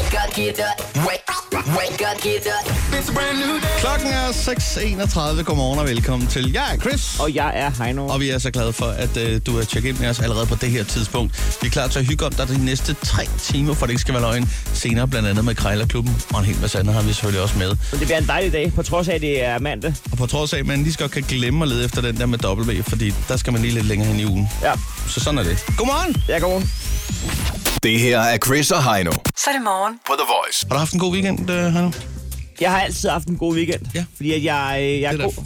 get up. Wake, wake up, get up. It's a brand new day. Klokken er 6.31. Godmorgen og velkommen til. Jeg er Chris. Og jeg er Heino. Og vi er så glade for, at øh, du er tjekket ind med os allerede på det her tidspunkt. Vi er klar til at hygge om dig de næste tre timer, for det ikke skal være løgn. Senere blandt andet med Krejlerklubben, og en hel masse andet har vi selvfølgelig også med. Så det bliver en dejlig dag, på trods af, at det er mandag. Og på trods af, at man lige så godt kan glemme at lede efter den der med W, fordi der skal man lige lidt længere hen i ugen. Ja, Så sådan er det. Godmorgen! jeg går rundt. Det her er Chris og Heino Så er det morgen. på The Voice. Har du haft en god weekend, øh, Hanno? Jeg har altid haft en god weekend. Ja. Fordi at jeg, øh, jeg er, Det er god.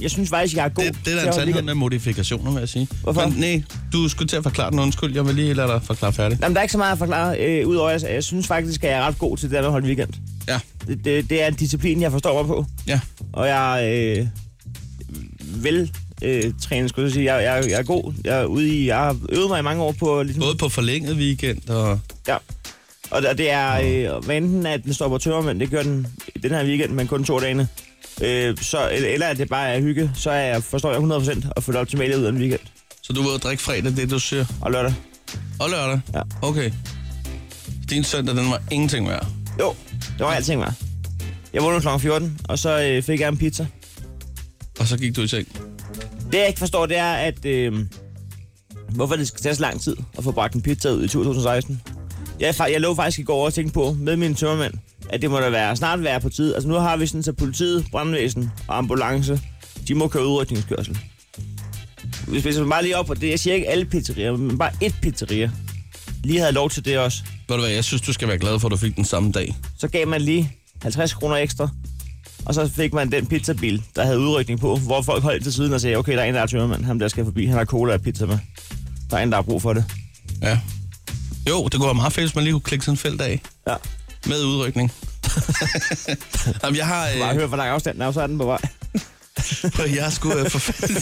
Jeg synes faktisk, jeg er god. Det, det til er at da en holde sandhed weekend. med modifikationer, vil jeg sige. Hvorfor? Men nej, du skulle til at forklare den undskyld. Jeg vil lige lade dig forklare færdig. Jamen, der er ikke så meget at forklare, øh, udover at jeg synes faktisk, at jeg er ret god til det der med at holde weekend. Ja, Det, det, det er en disciplin, jeg forstår mig på. ja. Og jeg er øh, vel øh, trænet, skulle jeg sige. Jeg, jeg, jeg er god. Jeg, er ude i, jeg har øvet mig i mange år på... Ligesom, Både på forlænget weekend og... Ja. Og det, det er, øh, hvad enten at den står på tømmermænd, det gør den den her weekend, men kun to dage. Øh, så, eller at det bare er hygge, så er jeg, forstår jeg 100% og følger optimalt ud af en weekend Så du vil drikke fredag, det du siger. og lørdag. Og lørdag? Ja. Okay. Din søndag, den var ingenting værd. Jo, det var alting var. Jeg vågnede kl. 14, og så øh, fik jeg en pizza. Og så gik du i seng. Det jeg ikke forstår, det er, at øh, hvorfor det skal tage så lang tid at få bragt en pizza ud i 2016. Jeg, er fa- jeg lå faktisk i går og tænkte på med mine tømmermænd, at det må da være, snart være på tid. Altså nu har vi sådan, så politiet, brandvæsen og ambulance, de må køre udrykningskørsel. Hvis, hvis man bare lige op på det, jeg siger ikke alle pizzerier, men bare ét pizzeria, lige havde lov til det også, Ved du hvad, jeg synes, du skal være glad for, at du fik den samme dag. så gav man lige 50 kroner ekstra, og så fik man den pizzabil, der havde udrykning på, hvor folk holdt til siden og sagde, okay, der er en, der er tømmermand, ham der skal forbi, han har cola og pizza med. Der er en, der har brug for det. Ja. Jo, det kunne være meget fedt, hvis man lige kunne klikke sådan en felt af. Ja. Med udrykning. Jamen, jeg har... Bare Øh, hør, hvor lang afstand er, så er den på vej. jeg har sgu øh, for fanden...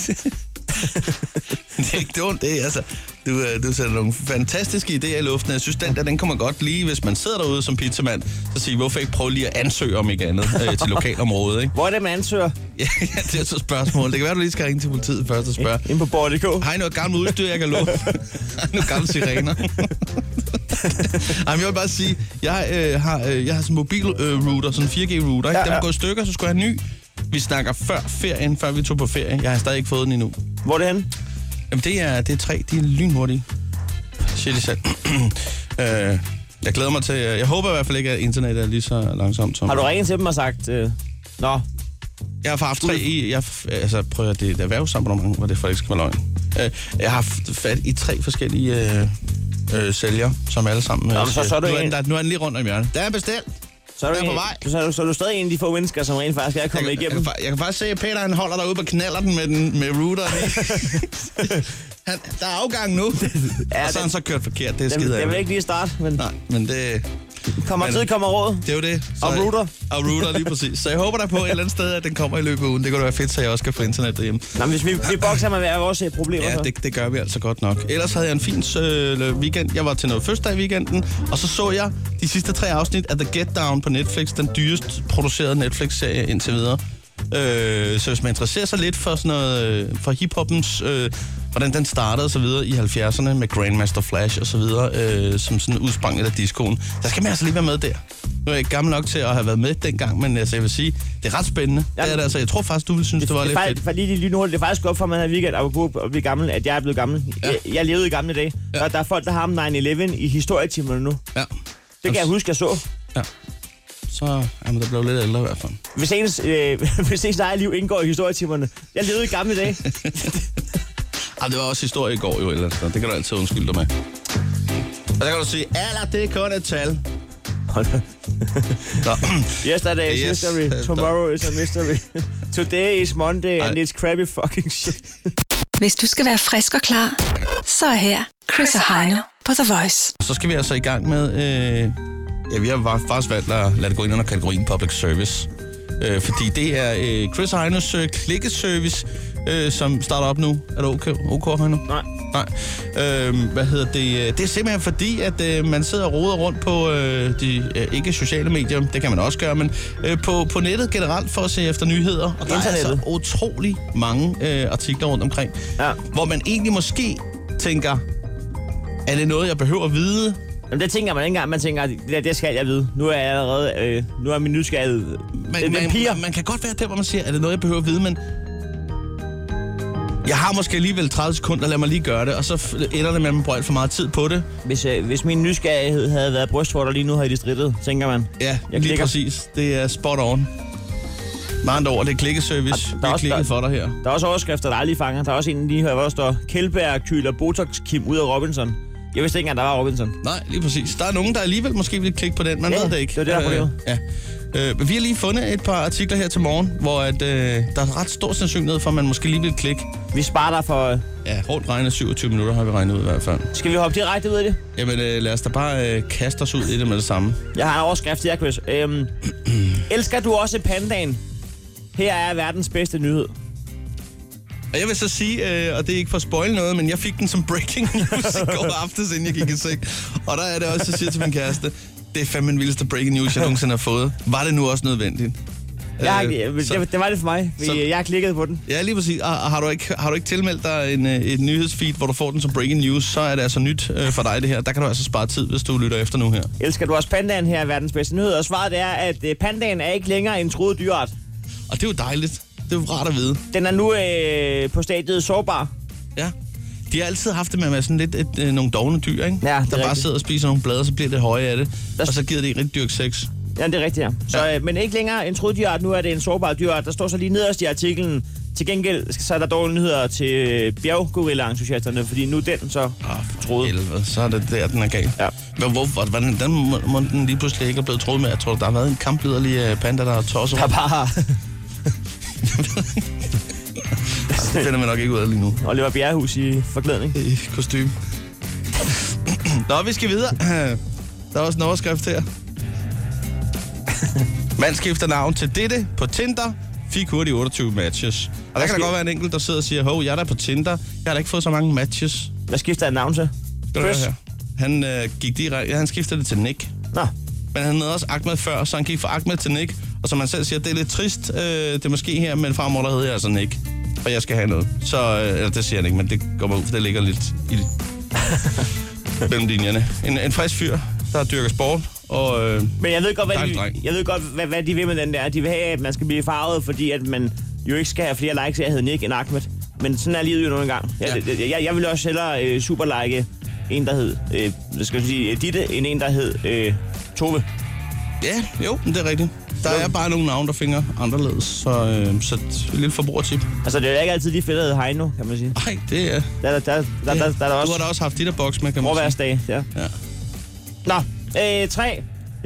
det er ikke dumt, det er, altså. Du, øh, du sætter nogle fantastiske idéer i luften. Jeg synes, den der, den kommer godt lige, hvis man sidder derude som pizzamand, så sige, hvorfor ikke prøve lige at ansøge om ikke andet øh, til lokalområdet, ikke? Hvor er det, man ansøger? Ja, ja, det er så et spørgsmål. Det kan være, du lige skal ringe til politiet først og spørge. Inde på Borg.dk. Har I noget gammelt udstyr, jeg kan låne? Har I nogle gamle sirener? Ej, men jeg vil bare sige, jeg, øh, har, øh, jeg har sådan en mobilrouter, sådan en 4G-router. Ja, Ja, ja. Den var ja. gået i stykker, så skulle jeg have en ny. Vi snakker før ferien, før vi tog på ferie. Jeg har stadig ikke fået den endnu. Hvor er det henne? Jamen, det er, det er tre. De er lynhurtige. Shit, det selv. øh, jeg glæder mig til... øh, Jeg håber i hvert fald ikke, at internettet er lige så langsomt som... Har du ringet til dem og sagt, øh, nå, Jeg har haft tre i... Jeg, altså, prøv at høre, det er et erhvervsabonnement, hvor det for ikke skal være løgn. Øh, Jeg har haft fat i tre forskellige øh, øh, sælgere, som alle sammen... Øh, Nå, men så- siger, så er du nu, er en- den, der, nu er den lige rundt om hjørnet. Der er bestilt. så er, du Jeg er på en- vej. Så, er du, så er du stadig en af de få mennesker, som rent faktisk er Jeg, kommet jeg, jeg, igennem. kan, fa- jeg kan faktisk se, at Peter han holder derude og knaller den med, den, med routeren. han, der er afgang nu. ja, og så er han den- så kørt forkert. Det er Jeg, skide jeg vil ærgerligt. ikke lige starte, men Nej, men det, kommer men- tid, kommer råd. det er jo det. Så, Og router. Og router, lige præcis. Så jeg håber da på et eller andet sted, at den kommer i løbet af ugen. Det kunne da være fedt, så jeg også kan få internet derhjemme. Nå, men hvis vi, vi bokser med hver vores øh, problemer, Ja, så. det, det gør vi altså godt nok. Ellers havde jeg en fin øh, weekend. Jeg var til noget fødselsdag i weekenden, og så så jeg de sidste tre afsnit af The Get Down på Netflix, den dyrest producerede Netflix-serie indtil videre. Øh, så hvis man interesserer sig lidt for sådan noget, øh, for hiphoppens, øh, hvordan den startede og så videre i 70'erne med Grandmaster Flash og så videre, øh, som sådan udsprang af discoen, der skal man altså lige være med der. Nu er jeg ikke gammel nok til at have været med dengang, men altså, jeg vil sige, det er ret spændende. Ja, det er Jamen, det, altså, jeg tror faktisk, du ville synes, det, det var det lidt er fedt. faktisk, fordi lige nu det er faktisk godt for mig her weekend, apropos at blive gammel, at jeg er blevet gammel. Ja. Jeg, jeg levede i gamle dage. Ja. Ja. Der, der er folk, der har om 9-11 i historietimerne nu. Ja. Det kan jeg huske, jeg så. Så jamen, der blev lidt ældre i hvert fald. Hvis ens, øh, hvis ens eget liv indgår i historietimerne. Jeg levede i gamle dage. Ej, det var også historie i går jo et eller andet. sted. Det kan du altid undskylde dig med. Og der kan du sige, alder, det er kun et tal. Hold da. Nå. Yesterday is Yes. history, tomorrow is a mystery. Today is Monday, and Ej. it's crappy fucking shit. Hvis du skal være frisk og klar, så er her Chris og Heino på The Voice. Så skal vi altså i gang med... Øh... Ja, vi har va- faktisk valgt at lade det gå ind under kategorien public service. Øh, fordi det er øh, Chris Heinos øh, klikkeservice, øh, som starter op nu. Er det okay, okay Heino? Nej. Nej. Øh, hvad hedder det? Det er simpelthen fordi, at øh, man sidder og roder rundt på øh, de øh, ikke sociale medier. Det kan man også gøre, men øh, på, på nettet generelt for at se efter nyheder. Og der er altså Internettet. utrolig mange øh, artikler rundt omkring, Ja. hvor man egentlig måske tænker, er det noget, jeg behøver at vide? Jamen, det tænker man ikke engang. Man tænker, det, der, det skal jeg vide. Nu er jeg allerede... Øh, nu er min nysgerrighed... Man, Men, man, piger. man kan godt være der, hvor man siger, er det noget, jeg behøver at vide, men... Jeg har måske alligevel 30 sekunder, lad mig lige gøre det, og så f- ender det med, at man bruger alt for meget tid på det. Hvis, øh, hvis min nysgerrighed havde været brystvorter lige nu, havde de strittet, tænker man. Ja, Jeg jeg lige klikker. præcis. Det er spot on. Med andre ord, det er klikkeservice. Og Vi der er har også- klikket der- for dig her. Der er også overskrifter, der aldrig fanger. Der er også en lige her, hvor der står, Kjeldberg kyler Botox Kim ud af Robinson. Jeg vidste ikke engang, der var Robinson. Nej, lige præcis. Der er nogen, der alligevel måske vil klikke på den. Man Ja, ved det ikke. det er det, der er problemet. Øh, ja. Øh, men vi har lige fundet et par artikler her til morgen, hvor at, øh, der er ret stor sandsynlighed for, at man måske lige vil klikke. Vi sparer dig for... øh, Ja, hårdt regnet 27 minutter har vi regnet ud i hvert fald. Skal vi hoppe direkte ud af det? Jamen øh, lad os da bare øh, kaste os ud i det med det samme. Jeg har en overskrift til jer, Chris. Øhm, elsker du også pandaen? Her er verdens bedste nyhed. Og jeg vil så sige, øh, og det er ikke for at spoil noget, men jeg fik den som breaking news i går aftes, inden jeg gik i seng. Og der er det også, jeg siger til min kæreste, det er fandme den vildeste breaking news, jeg nogensinde har fået. Var det nu også nødvendigt? Jeg har, Øh, ikke- så- det, det var det for mig. så- Vi, jeg har klikket på den. Ja, lige præcis. Og og har du ikke, har du ikke tilmeldt dig en, øh, et nyhedsfeed, hvor du får den som breaking news, så er det altså nyt øh, for dig det her. Der kan du altså spare tid, hvis du lytter efter nu her. Elsker du også pandaen? Her er verdens bedste nyhed. Og svaret er, at øh, pandaen er ikke længere en truet dyreart. Og det er jo dejligt. Det er jo rart at vide. Den er nu øh, på stadiet sårbar. Ja. De har altid haft det med at være sådan lidt et, øh, nogle dogne dyr, ikke? Ja, det er der bare rigtigt. sidder og spiser nogle blade, så bliver det høje af det. Der- Og så giver det ikke rigtig dyrk sex. Ja, det er rigtigt, ja. Så, øh, men ikke længere en truddyrt, nu er det en sårbar dyrt. Der står så lige nederst i artiklen. Til gengæld så er der dårlige nyheder til øh, bjerggorilla-entusiasterne, fordi nu er den så for troet. helvede, så er det der, den er gal. Ja. Men hvorfor? Hvordan den må, må den lige pludselig ikke er blevet troet med? Jeg tror, der har været en kamplederlig øh, panda, der har tosset Der rundt. bare har Det finder man nok ikke ud af lige nu. Oliver Bjerrehus i forklædning. I kostume. Nå, vi skal videre. Der er også en overskrift her. Man skifter navn til dette på Tinder. Fik hurtigt 28 matches. Og der kan skal- da godt være en enkelt, der sidder og siger, hov, jeg er der på Tinder. Jeg har da ikke fået så mange matches. Skal Hvad skifter jeg navn til? du høre her? Han øh, gik direkte, ja, han skiftede det til Nick. Nå, Men han havde også Ahmed før, så han gik fra Ahmed til Nick. Og som han selv siger, det er lidt trist, øh, det er måske her, men fremover der hedder jeg altså Nick. Og jeg skal have noget. Så, øh, eller det siger han ikke, men det går mig ud, for det ligger lidt i mellem linjerne. En, en frisk fyr, der dyrker sport, og øh, men jeg ved godt, hvad, Dejlig de, dreng. jeg ved godt, hvad, hvad de vil med den der. De vil have, at man skal blive farvet, fordi at man jo ikke skal have flere likes, jeg hedder Nick end Ahmed. Men sådan er livet jo nogle gange. Jeg, ja. jeg, jeg vil også hellere øh, superlike en, der hed, øh, hvad skal jeg sige, Ditte, end en, der hed øh, Tove. ja, jo, men det er rigtigt. Der er bare nogle navne, der finger anderledes, så, øh, så et lille forbrugertip. Altså, det er jo ikke altid lige fedt at hedde Heino, kan man sige. Nej, det er... Der, der, der, der, der, der, der er der Du har også da også haft dit der boks med, kan man sige. overværsdage. Ja. Ja. Nå, øh, tre.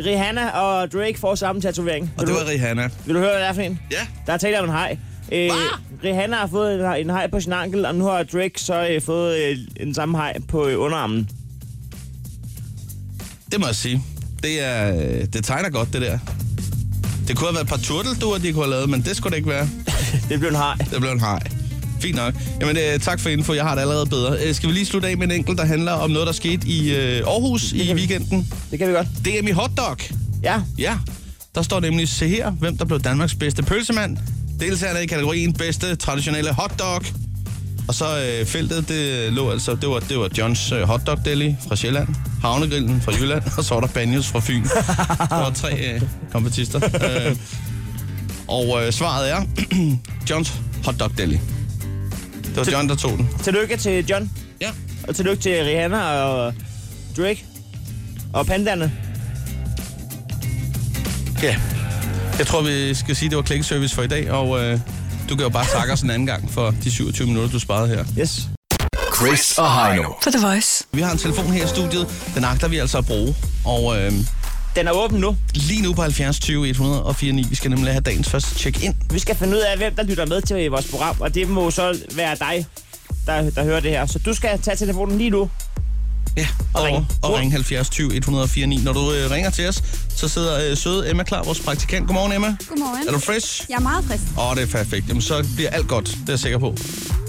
Rihanna og Drake får samme tatovering. Og Vil det du- var Rihanna. Vil du høre, hvad det er for en? Ja. Der er tale om en hej. Øh, Rihanna har fået en, en hej på sin ankel, og nu har Drake så øh, fået øh, en samme hej på øh, underarmen. Det må jeg sige. Det, er, øh, det tegner godt, det der. Det kunne have været et par turtelduer, de kunne have lavet, men det skulle det ikke være. Det blev en hej. Det blev en hej. Fint nok. Jamen, øh, tak for info. Jeg har det allerede bedre. Øh, skal vi lige slutte af med en enkelt, der handler om noget, der skete i øh, Aarhus i kan vi. weekenden? Det kan vi godt. DM i hotdog. Ja, Ja. Der står nemlig, se her, hvem der blev Danmarks bedste pølsemand. Deltagerne i kategorien bedste traditionelle hotdog. Og så øh, feltet, det lå altså, det var, det var Johns øh, hotdog deli fra Sjælland, Havnegrillen fra Jylland, og så var der Banjos fra Fyn. Der var tre øh, kompetister. Øh, og øh, svaret er Johns hotdog deli. Det var John, der tog den. tillykke til John, Ja. og tillykke til Rihanna og Drake og pandaerne. ja. Jeg tror, vi skal sige, at det var klikservice for i dag, og øh, du kan jo bare takke os en anden gang for de 27 minutter, du sparede her. Yes. Chris og Heino. På The Voice. Vi har en telefon her i studiet, den agter vi altså at bruge. Og øh, Den er åben nu. lige nu på 70 20 104 9, vi skal nemlig have dagens første check-in. Vi skal finde ud af, hvem der lytter med til vores program, og det må så være dig, der, der hører det her. Så du skal tage telefonen lige nu. Ja, Og og, ringe. og, og ring 70 20 104 9. Når du øh, ringer til os, så sidder øh, søde Emma klar, vores praktikant. Godmorgen, Emma. Godmorgen. Er du fresh? Jeg er meget frisk. Åh, oh, det er perfekt. Jamen, så bliver alt godt, det er jeg sikker på.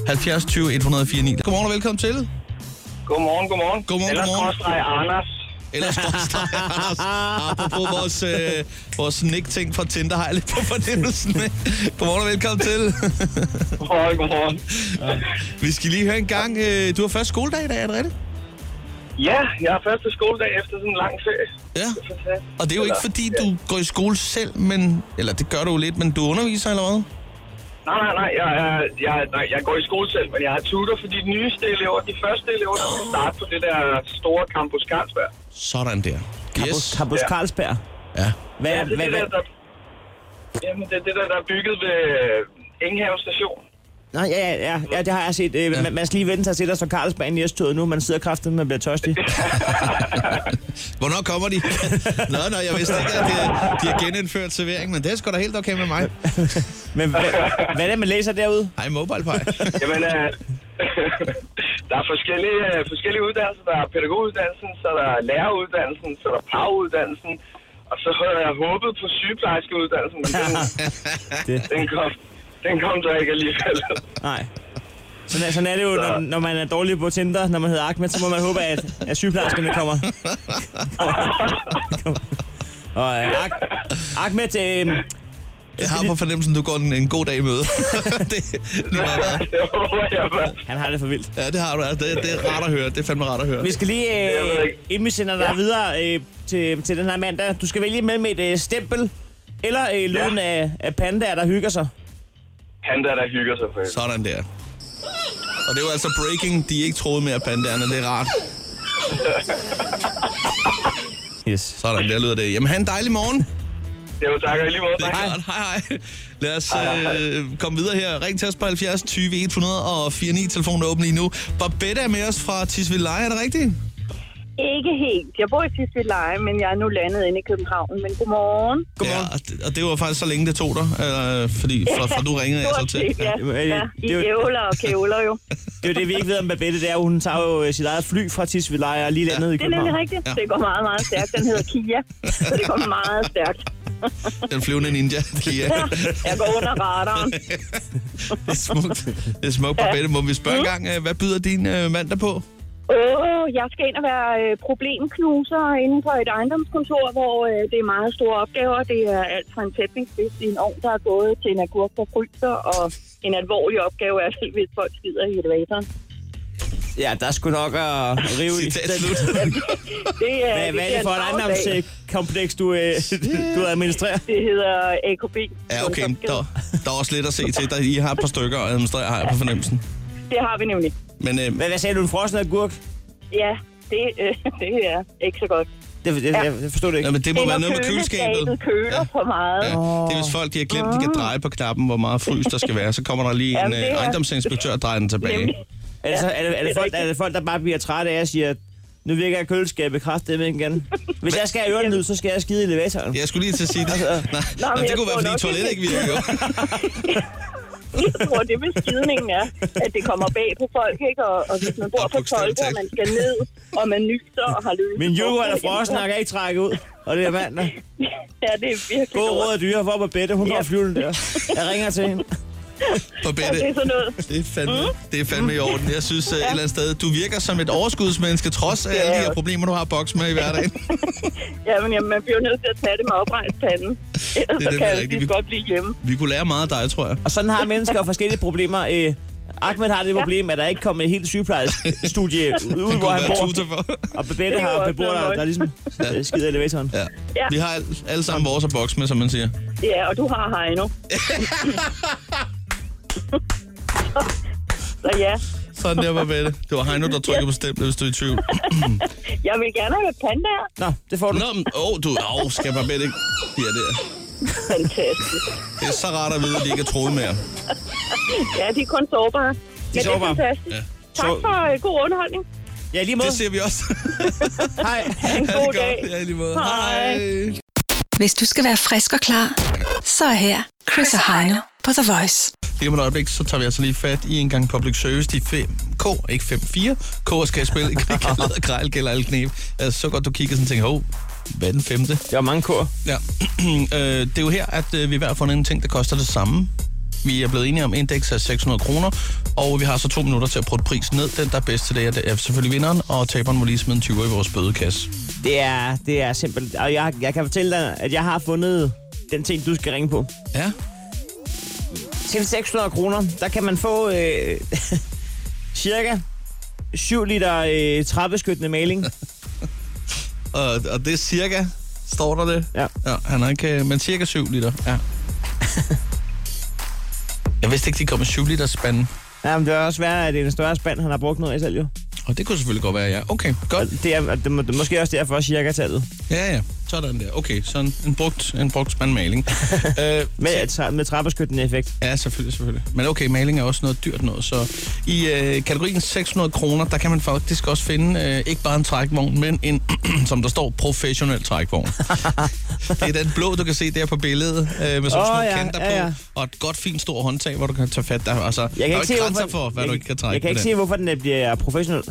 70 20 104 9. Godmorgen og velkommen til. Godmorgen, godmorgen. Godmorgen, Eller godmorgen. Kostreg Anders. Ellers skråstreg os. Apropos vores, øh, vores nick-ting fra Tinder, har jeg lidt på fornemmelsen med. Godmorgen og velkommen til. Godmorgen, godmorgen. Vi skal lige høre en gang. øh, Du har først skoledag i dag, er det rigtigt? Ja, jeg har første skoledag efter sådan en lang ferie. Ja. Det er fantastisk. Og det er jo ikke, fordi du går i skole selv, men... Eller det gør du jo lidt, men du underviser eller hvad? Nej, nej, nej jeg, er, jeg, er- nej, jeg går i skole selv, men jeg har tutor for de nyeste elever. De første elever, der skal starte på det der store Campus Carlsberg. Sådan der. Campus, Yes. Campus Ja. Carlsberg. Ja. Hvad, Ja, Altså, det er hvad, det hvad? der, der, jamen, det er det der, der er bygget ved Enghaven station. Nå, ja, ja, ja, ja, det har jeg set. Øh, man, man skal lige vente sig til, der står Carlsberg i S-toget nu. Man sidder kraftigt, man bliver tørstig. Hvornår kommer de? nå, nå, jeg vidste ikke, at øh, de har genindført servering, men det er sgu da helt okay med mig. Men hvad, hvad er det, man læser derude? Hej, MobilePie. Jamen, øh, der er forskellige, øh, forskellige uddannelser. Der er pædagoguddannelsen, så der er læreruddannelsen, så der er paruddannelsen. Og så havde jeg håbet på sygeplejerskeuddannelsen, men den, Det- den, kom, den kom der ikke alligevel. Nej. Sådan, er- sådan er det jo, når, når man er dårlig på Tinder, når man hedder Ahmed, så må man håbe, at, at sygeplejerskerne kommer. Og øh, Ak- Ahmed, øh, Jeg har på fornemmelsen, du går en, en god dag i møde. det, lige meget hvad. det håber jeg bare. han har det for vildt. ja, det har du. altså. Det, det er rart at høre. Det er fandme rart at høre. Vi skal lige, Jeg ved øh, ikke. inden vi sender dig videre øh, til, til den her mandag, du skal vælge mellem et øh, stempel eller øh, lyden af, af pandaer, der hygger sig. Han der, der hygger sig for helvede. Sådan der. Og det var altså breaking. De er ikke troede mere pandaerne. Det er rart. Yes. Sådan der lyder det. Jamen, have en dejlig morgen. Det var tak og i lige måde. Det er drenge. klart. Hej, hej. Lad os øh, komme videre her. Ring til os på 70 20 100 og 49. Telefonen er åben lige nu. Babette er med os fra Tisvildeleje. Er det rigtigt? Ikke helt. Jeg bor i Tisvildeleje, men jeg er nu landet inde i København. Men godmorgen. Ja, og det, og det var faktisk så længe, det tog dig. Øh, fordi fra, fra du ringede jeg så Stort til. set, ja. Jamen, ja. øh, I det er jo- ævler og kævler jo. Det er jo det, vi ikke ved om Babette, det er, hun tager jo øh, sit eget fly fra Tisvildeleje og lige landet i Det er nemlig København. rigtigt. Ja. Det går meget, meget stærkt. Den hedder Kia, så det går meget stærkt. Den flyvende ninja. Kia. Jeg går under radaren. Det er smukt. Det er smukt, Babette. Må vi spørge Mm. en gang, øh, hvad byder din øh, mand der på? Åh, jeg skal ind og være øh, problemknuser inden for et ejendomskontor, hvor øh, det er meget store opgaver. Det er alt fra en tætningsspids i en ovn, der er gået til en agurk, der fryser, og en alvorlig opgave er, hvis folk skider i elevatoren. Ja, der skulle nok at rive i. Citat slut. Det er, Hvad, hvad er bliver det for en et travl dag. ejendomskompleks, du, øh, du administrerer? Det hedder AKB. Ja, okay. Kunstopgave. Der, der er også lidt at se til. Der, I har et par stykker at administrere, har jeg på fornemmelsen. Det har vi nemlig. Men øh, Hvad, hvad sagde du, en frossen agurk? Ja, det, øh, det er ikke så godt. Det, det, Ja. jeg, jeg forstod det ikke. nej, men det må Eller være noget med køleskabet. køler Ja. for meget. Ja, det er hvis folk, de har glemt, de kan dreje på knappen, hvor meget frys der skal være. Så kommer der lige en Jamen, det øh, er- ejendomsinspektør og drejer den tilbage. Nemlig. Er det, så, er, det, er, det det er folk, rigtigt. er det folk, der bare bliver trætte af og siger, at nu virker jeg køleskabet kraftigt med igen? Hvis jeg skal have ørerne ud, så skal jeg skide i elevatoren. Jeg skulle lige til at sige det. Nej, nej, men det jeg kunne være, tror fordi nok, toilettet det- ikke virker. jo. Jeg tror, det med skidningen er, at det kommer bag på folk, ikke? Og, og hvis man bor Og på bogstaveligt tolke, og talt. man skal ned, og man nyser og har løbet. Min yoghurt er frossen, og jeg kan ikke trække ud. Og det er mand. Ja, det er virkelig God råd lort. af dyre, hvor på bedte, hun går Ja. flyvende der. Jeg ringer til hende. Ja, det er Babette, sådan noget. det er fandme, Mm. det er fandme i orden. Jeg synes øh, et eller andet sted, du virker som et overskudsmenneske, trods af alle de her problemer, du har boks med i hverdagen. Ja, men jamen, man bliver nødt til at tage det med oprejst panden. Ellers Det er så nemlig kan jeg rigtigt. lige Vi- godt blive hjemme. Vi kunne lære meget af dig, tror jeg. Og sådan har mennesker forskellige problemer. Øh, Ahmed har det problem, at der ikke kommer et helt sygeplejestudie ud, Det hvor kunne han være bor. tutor for. Og Babette Det er jo har også beboere, noget der, der ligesom øh, skider i elevatoren. Ja. Ja. Vi har al- alle sammen vores at boks med, som man siger. Ja, og du har Heino. så ja, Sådan der, Babette. Det var Heino, der trykkede på stemplet, hvis du er i tvivl. jeg vil gerne have pandaer. Nå, det får du. Nå, men- åh, oh, du, åh, oh, skal Babette ikke? Ja, det er. Fantastisk. Det er så rart at vide, at de ikke er troet mere. Ja, de er kun sårbare. Men det er sårbare. fantastisk. Ja. Tak Så- for øh, god underholdning. Ja, i lige Det måde. ser vi også. Hej. En Ha' god det dag. godt. Ja, i lige måde. Hej. Hej. Hvis du skal være frisk og klar, så er her Chris og Heino på The Voice. Lige om et øjeblik, så tager vi altså lige fat i en gang public service. De 5K, ikke 5-4. K skal jeg spille. Kaldet, grejl, gælder alle knep. Altså, så godt du kigger sådan og tænker, hov, hvad er den femte? Der var mange kår. Ja. øh, det er jo her, at øh, vi hver har fundet en ting, der koster det samme. Vi er blevet enige om indeks af 600 kroner, og vi har så to minutter til at putte prisen ned. Den, der er bedst til det, er, det er selvfølgelig vinderen, og taberen må lige smide en 20 i vores bødekasse. Det er, det er simpelt. Og jeg, jeg kan fortælle dig, at jeg har fundet den ting, du skal ringe på. Ja, Til 600 kroner, der kan man få øh, cirka 7 liter øh, trappeskyttende maling. Og, og det er cirka, står der det? Ja. ja han har ikke, øh, men cirka 7 liter, ja. Jeg vidste ikke, de kom med 7 liters spanden. Jamen, det er også værd, at det er en større spand, han har brugt noget af selv jo. Og det kunne selvfølgelig godt være, ja. Okay, Og godt. det er, og det, må, det er måske også derfor cirka tallet. Ja, ja. Sådan der. Okay, sådan en brugt, en brugt spandmaling. øh, Med, tra- med trappeskyttende effekt. Ja, selvfølgelig, selvfølgelig. Men okay, maling er også noget dyrt noget, så i øh, kategorien 600 kroner, der kan man faktisk også finde øh, ikke bare en trækvogn, men en, som der står, professionel trækvogn. det er den blå, du kan se der på billedet, øh, med sådan Åh, oh, små ja, ja, kanter ja, ja. på, og et godt, fint, stort håndtag, hvor du kan tage fat der. Altså, jeg Jeg der kan er jo ikke ikke se, grænser hvorfor, for, hvad jeg, du ikke kan trække Jeg kan på ikke den. se, hvorfor den øh, bliver professionel.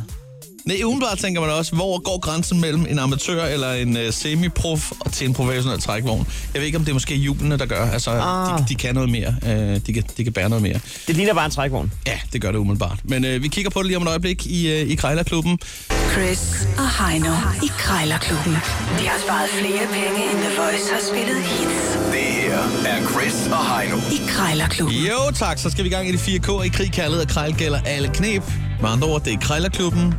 Nej, umiddelbart tænker man også, hvor går grænsen mellem en amatør eller en øh, semi-prof og til en professionel trækvogn? Jeg ved ikke, om det er måske hjulene, der gør. Altså, ah. Ah. de, de kan noget mere. Øh, de, kan, de kan bære noget mere. Det ligner bare en trækvogn. Ja, det gør det umiddelbart. Men øh, vi kigger på det lige om et øjeblik i, øh, i Krejlerklubben. Chris og Heino i Krejlerklubben. De har sparet flere penge, end The Voice har spillet hits. Det her er Chris og Heino. I Krejlerklubben. Jo tak, så skal vi i gang i de fire K'er i krig, kaldet og krejl gælder alle knep. Med andre ord, det er Krejlerklubben.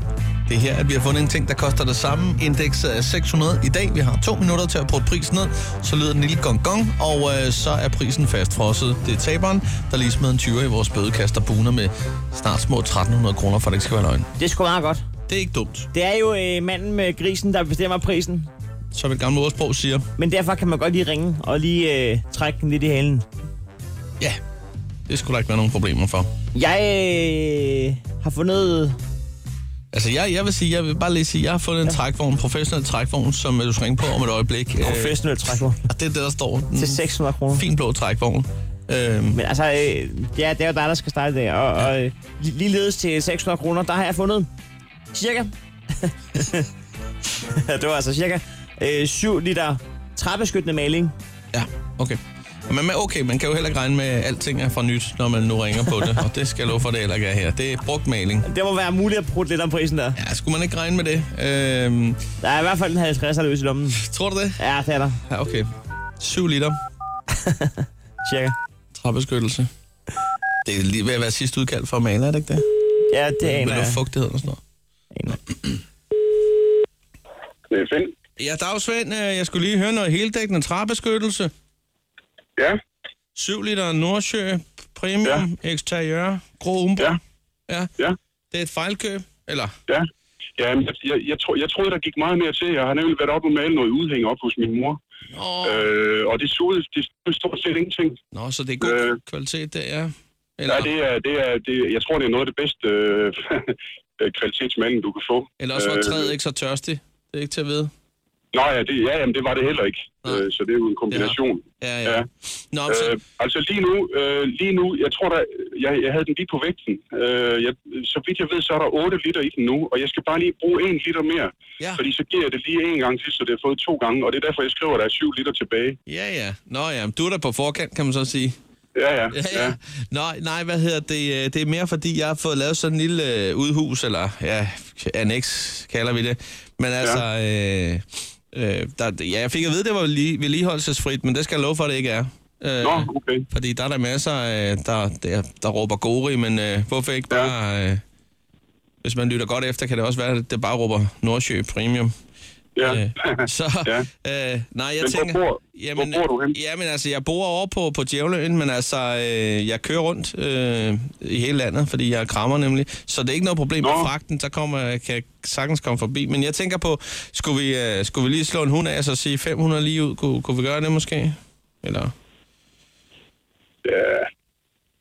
Det er her, at vi har fundet en ting, der koster det samme. Indekset er 600 i dag. Vi har to minutter til at putte prisen ned. Så lyder den lille gong gong, og øh, så er prisen fastfrosset. Det er taberen, der lige smed en 20 i vores bødekast og buner med snart små 1300 kroner, for det ikke skal være løgn. Det er sgu meget godt. Det er ikke dumt, Det er jo øh, manden med grisen, der bestemmer prisen. som et gammelt ordsprog siger. Men derfor kan man godt lige ringe og lige øh, trække den lidt i halen. Ja, det skulle der ikke være nogen problemer for. Jeg øh, har fundet... Altså, jeg, jeg vil sige, jeg vil bare lige sige, jeg har fundet en trækvogn, en professionel trækvogn, som øh, du skal ringe på om et øjeblik. Øh, Professionel trækvogn. og det er det, der står. Den Til 600 kroner. Fin blå trækvogn. Øhm, Men altså, øh, ja, det er jo dig, der skal starte det. Og, og øh, ligeledes til 600 kroner, der har jeg fundet cirka... det var altså cirka øh, 7 liter trappeskyttende maling. ja, okay. Men men okay, man kan jo heller ikke regne med, at alting er fra nyt, når man nu ringer på det. Og det skal jeg love for, det heller ikke er her. Det er brugt maling. Det må være muligt at bruge lidt om prisen der. Ja, skulle man ikke regne med det? Øhm, Der er i hvert fald en 50 løs i lommen. tror du det? Ja, det er der. Ja, okay. 7 liter Cirka. træbeskyttelse. Det er lige ved at være sidste udkald for at male, er det ikke det? Ja, det Med aner jeg. noget fugtighed og sådan noget. Aner jeg. Det er fint. Ja, dag Svend. Øh, Jeg skulle lige høre noget heldækkende træbeskyttelse. Ja, 7 liter Nordsjø Premium ja. Exteriør Grå Umbro. Ja. ja. ja, Det er et fejlkøb, eller? ja. Ja, jeg, jeg, jeg, tro, jeg troede, der gik meget mere til. Jeg har nemlig været oppe og male noget udhæng op hos min mor. Nå, øh. Øh, og det sugede, det sugede stort set ingenting. Nå så det er god øh. Øh. kvalitet, det er. Eller, Ja, det er, det er, det, jeg tror, det er noget af det bedste øh, kvalitetsmanden, du kan få. eller også var øh, træet ikke så tørstig. Det er ikke til at vide. Nå ja, det, ja jamen, det var det heller ikke. Nej. Øh, så det er jo en kombination. Ja, ja. ja. Ja. Nå, men Øh, så, altså lige nu, øh, lige nu, jeg tror der, jeg, jeg havde den lige på vægten. Øh, jeg, så vidt jeg ved, så er der 8 liter i den nu, og jeg skal bare lige bruge 1 liter mere. Ja. Fordi så giver jeg det lige en gang til, så det har fået to gange, og det er derfor, jeg skriver, at der er 7 liter tilbage. ja, ja. Nå ja, men du er da på forkant, kan man så sige. Ja, ja. Ja, ja. Nå, nej, hvad hedder det? øh, Det er mere, fordi jeg har fået lavet sådan en lille øh, udhus, eller ja, annex kalder vi det. Men altså, ja. øh, øh, der, ja, jeg fik at vide, det var lige, vedligeholdelsesfrit, men det skal jeg love for, at det ikke er. Øh, Nå, okay. Fordi der er der masser, øh, der, der, der råber gori, men øh, hvorfor ikke Ja. bare... Øh, hvis man lytter godt efter, kan det også være, at det bare råber Nordsjø Premium. Ja. Øh, så, Ja. øh, nej, jeg Men hvor tænker... bor- jamen, hvor bor du henne? Jamen, altså, jeg bor over på, på Djævleøen, men altså, øh, jeg kører rundt øh, i hele landet, fordi jeg krammer nemlig. Så det er ikke noget problem med Nå. fragten, så kommer, kan jeg sagtens komme forbi. Men jeg tænker på, skulle vi, øh, skulle vi lige slå en hund af, og så sige 500 lige ud? Kunne, kunne vi gøre det måske? Eller... ja.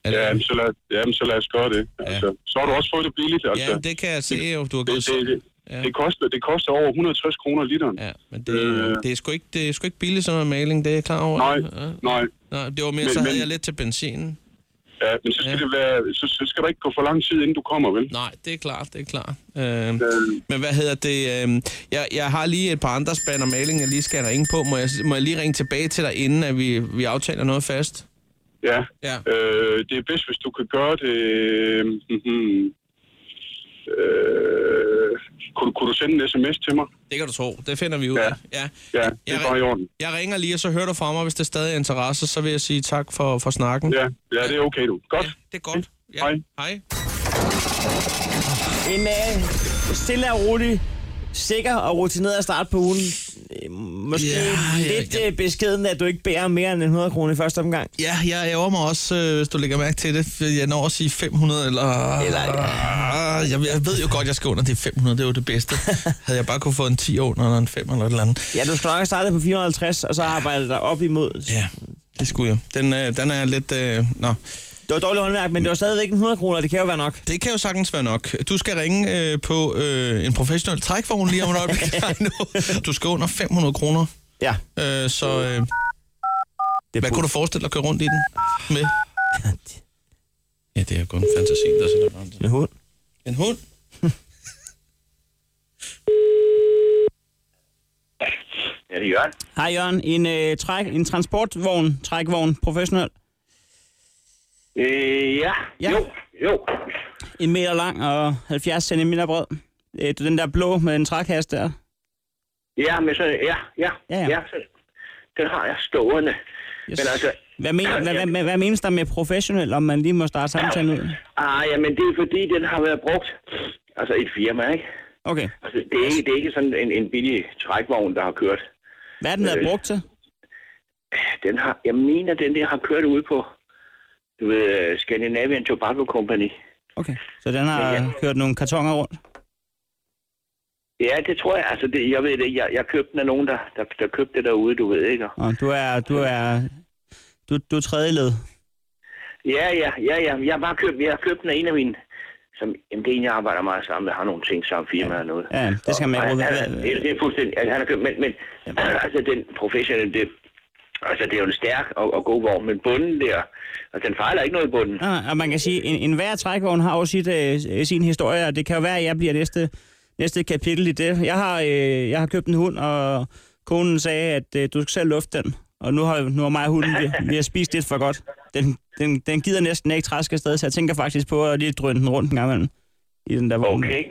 er det- Ja, men så lad, jamen, så lad os gøre det. Altså, så har du også fået det billigt. Altså. Ja, det kan jeg se, jo. Du har det, det, gået det, Ja. det, koster, det koster over 160 kroner literen. Ja, men det, Øh. det, er sgu ikke, det er sgu ikke billigt sådan noget maling, det er jeg klar over. Nej, Ja. nej. Nej, det var mere, Men- så havde men- jeg lidt til benzinen. Ja, men så skal, Ja. ja. det være, så, så skal der ikke gå for lang tid, inden du kommer, vel? Nej, det er klart, det er klart. Øh, Øh, men hvad hedder det? Øh, jeg, jeg har lige et par andre spander maling, jeg lige skal ringe på. Må jeg, må jeg lige ringe tilbage til dig, inden at vi, vi aftaler noget fast? ja. Ja. Øh, det er bedst, hvis du kan gøre det... mhm. Øh, kunne, kunne du sende en sms til mig? Det kan du tro, det finder vi ud Ja. af. Ja, Ja, det jeg, er bare i orden. jeg ringer lige, og så hører du fra mig, hvis det stadig er interesse, så vil jeg sige tak for, for snakken. Ja, ja, det er okay, du. Godt. Ja, det er godt. Ja. Hej. Hej. En øh, stille og rolig, sikker og rutineret start på ugen. Øh, Måske Ja, ja, yeah, lidt yeah. beskeden, at du ikke bærer mere end 100 kroner i første omgang. Ja, jeg ærger mig også, øh, hvis du lægger mærke til det. for Jeg når at sige 500, eller... eller jeg, jeg ved jo godt, jeg skal under de 500. Det er jo det bedste. Havde jeg bare kunne få en 10 under, eller en 5 eller et eller andet. Ja, du skal nok starte på 450, og så arbejde dig op imod. Ja, det skulle jeg. Den, øh, den er lidt... Øh, nå. Det var dårligt håndværk, men det var stadigvæk en 100 kroner, det kan jo være nok. Det kan jo sagtens være nok. Du skal ringe øh, på øh, en professionel trækvogn lige om et øjeblik. Nej, nu. Du skal under 500 kroner. Ja, Øh, så øh, det hvad kunne du forestille dig at køre rundt i den med? Ja, det er jo kun fantasi, der sætter mig om det. En hund. En hund? Ja, det er Jørgen. Hej Jørgen, en, øh, træk, en transportvogn, trækvogn, professionel, Øh, ja. Ja. Jo, jo. en meter lang og 70 cm bred. Øh, du den der blå med en trækasse der. Ja, men så, ja, ja, Ja, ja, ja. ja. så, den har jeg stående. Yes. Men altså, Hvad, mener, hvad, hvad, hvad, hvad menes der med professionel, om man lige må starte samtalen ud? ah, jamen, det er fordi, den har været brugt, altså et firma, ikke? Okay. Altså, det er ikke, det er ikke sådan en, en billig trækvogn, der har kørt. Hvad er den der Øh. brugt til? Den har, jeg mener, den der har kørt ud på du ved, øh, Scandinavian Tobacco Company. Okay. Så den har kørt nogle kartonger rundt? Ja, det tror jeg. Altså, det, jeg ved det. ikke. Jeg, jeg købte den af nogen, der, der, der købte det derude, du ved ikke. og- Og du er, du er, du, du er tredje led. Ja, ja, ja, ja. Jeg har bare købt, jeg har købt den af en af mine, som, jamen, det er en, jeg arbejder meget sammen med, har nogle ting sammen, firma og noget. Ja, det skal man Og ikke han, bruge. han, det, det er fuldstændig, altså, han har købt, men, men altså, den professionelle, det, altså, det er jo en stærk og, og god vogn, men bunden der, altså, den fejler ikke noget i bunden. Nej, nej, og Ah, man kan sige, en, en hver trækvogn har jo sit, øh, sin historie, og det kan jo være, at jeg bliver næste, næste kapitel i det. Jeg har, øh, jeg har købt en hund, og konen sagde, at øh, du skal selv lufte den. Og nu har, nu har mig og hunden, vi, vi har spist lidt for godt. Den, den, den gider næsten ikke træske afsted, så jeg tænker faktisk på at lige drøne den rundt en gang imellem. I den der vogn. Okay.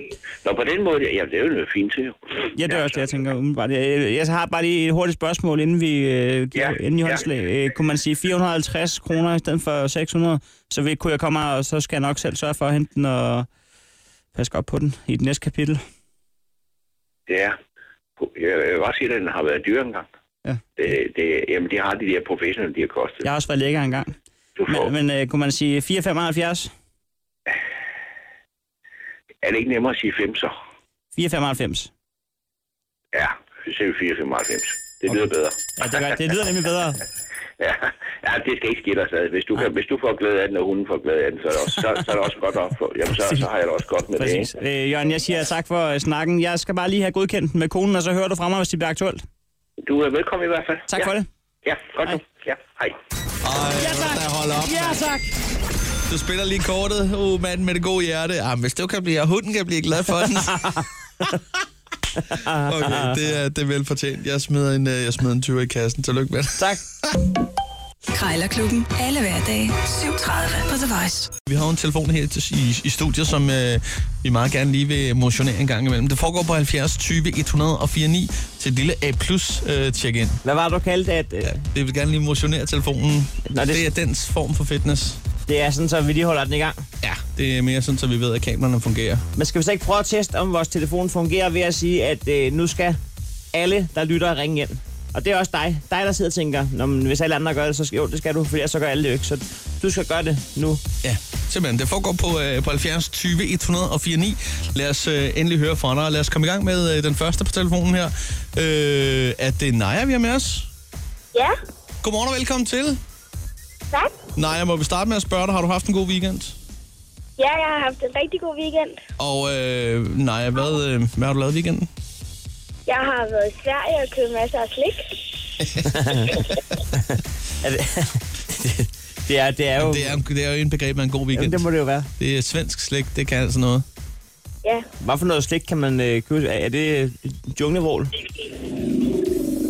Nå, på den måde, ja, det er jo noget fint til. jo. Ja, det er altså, også det, jeg tænker umiddelbart. Jeg, jeg har bare lige et hurtigt spørgsmål, inden vi øh, giver, Ja, inden i ja. håndslag. Øh, kunne man sige 450 kroner i stedet for 600, så vi, kunne jeg komme her, og så skal jeg nok selv sørge for at hente den og passe godt på den i det næste kapitel. Ja. Jeg vil bare sige, at den har været dyr engang. Ja. Det, det, jamen, det har de der professionelle, de har kostet. Jeg har også været lækker engang. Du får, Men, men øh, kunne man sige 475? er det ikke nemmere at sige 5 så? 495. Ja, selv 495. Det lyder bedre. Ja, det, gør, det lyder nemlig bedre. Ja, ja, det skal ikke skille os ad. Hvis du, kan, hvis du får glæde af den, og hunden får glæde af den, så er det også, så, så er det også godt. At få, jamen, så, så har jeg det også godt med det. Præcis. ikke? Øh, Jørgen, jeg siger tak for øh, snakken. Jeg skal bare lige have godkendt den med konen, og så hører du fra mig, hvis det bliver aktuelt. Du er velkommen i hvert fald. Tak ja. for det. Ja, godt nu. Ja, hej. Ej, ja, tak. der holder op. Ja, tak. Du spiller lige kortet, uh, manden med det gode hjerte. Ah, hvis du kan blive, og hunden kan blive glad for den. okay, det er, det er velfortjent. Jeg smider en, øh, jeg smider en 20 i kassen. Tillykke med det. Tak. Krejlerklubben. Alle hverdage 7.30 på The Voice. Vi har jo en telefon her til, i, i studiet, som øh, vi meget gerne lige vil motionere en gang imellem. Det foregår på 70 20 104 9 til et lille A-plus øh, check-in. Hvad var det, du kaldte, at øh, Det vil gerne lige motionere telefonen. Nå, det... det- det er dens form for fitness. det er sådan, så vi lige holder den i gang? Ja, det er mere sådan, så vi ved, at kameraerne fungerer. Men skal vi så ikke prøve at teste, om vores telefon fungerer ved at sige, at øh, nu skal alle, der lytter, ringe ind? Og det er også dig. Dig, der sidder og tænker, Nå, men hvis alle andre gør det, så skal, jo, det skal du, for ellers så gør alle det jo ikke. Så du skal gøre det nu. Ja, simpelthen. Det foregår på, øh, på 70 20 104 9. Lad os øh, endelig høre fra dig. Lad os komme i gang med øh, den første på telefonen her. Øh, at det er Naja, vi har med os. Ja, Godmorgen og velkommen til. tak. Naja, må vi starte med at spørge dig, har du haft en god weekend? Ja, jeg har haft en rigtig god weekend. Og øh, Naja, hvad, øh, hvad har du lavet i weekenden? Jeg har været i Sverige og købt masser af slik. Er det, det, er, det er jo... Det er, det er jo en begreb af en god Jamen, weekend. det må det jo være. Det er svensk slik, det kan altså noget. Ja, Hvad for noget slik kan man øh, købe? Er er det øh, junglevål?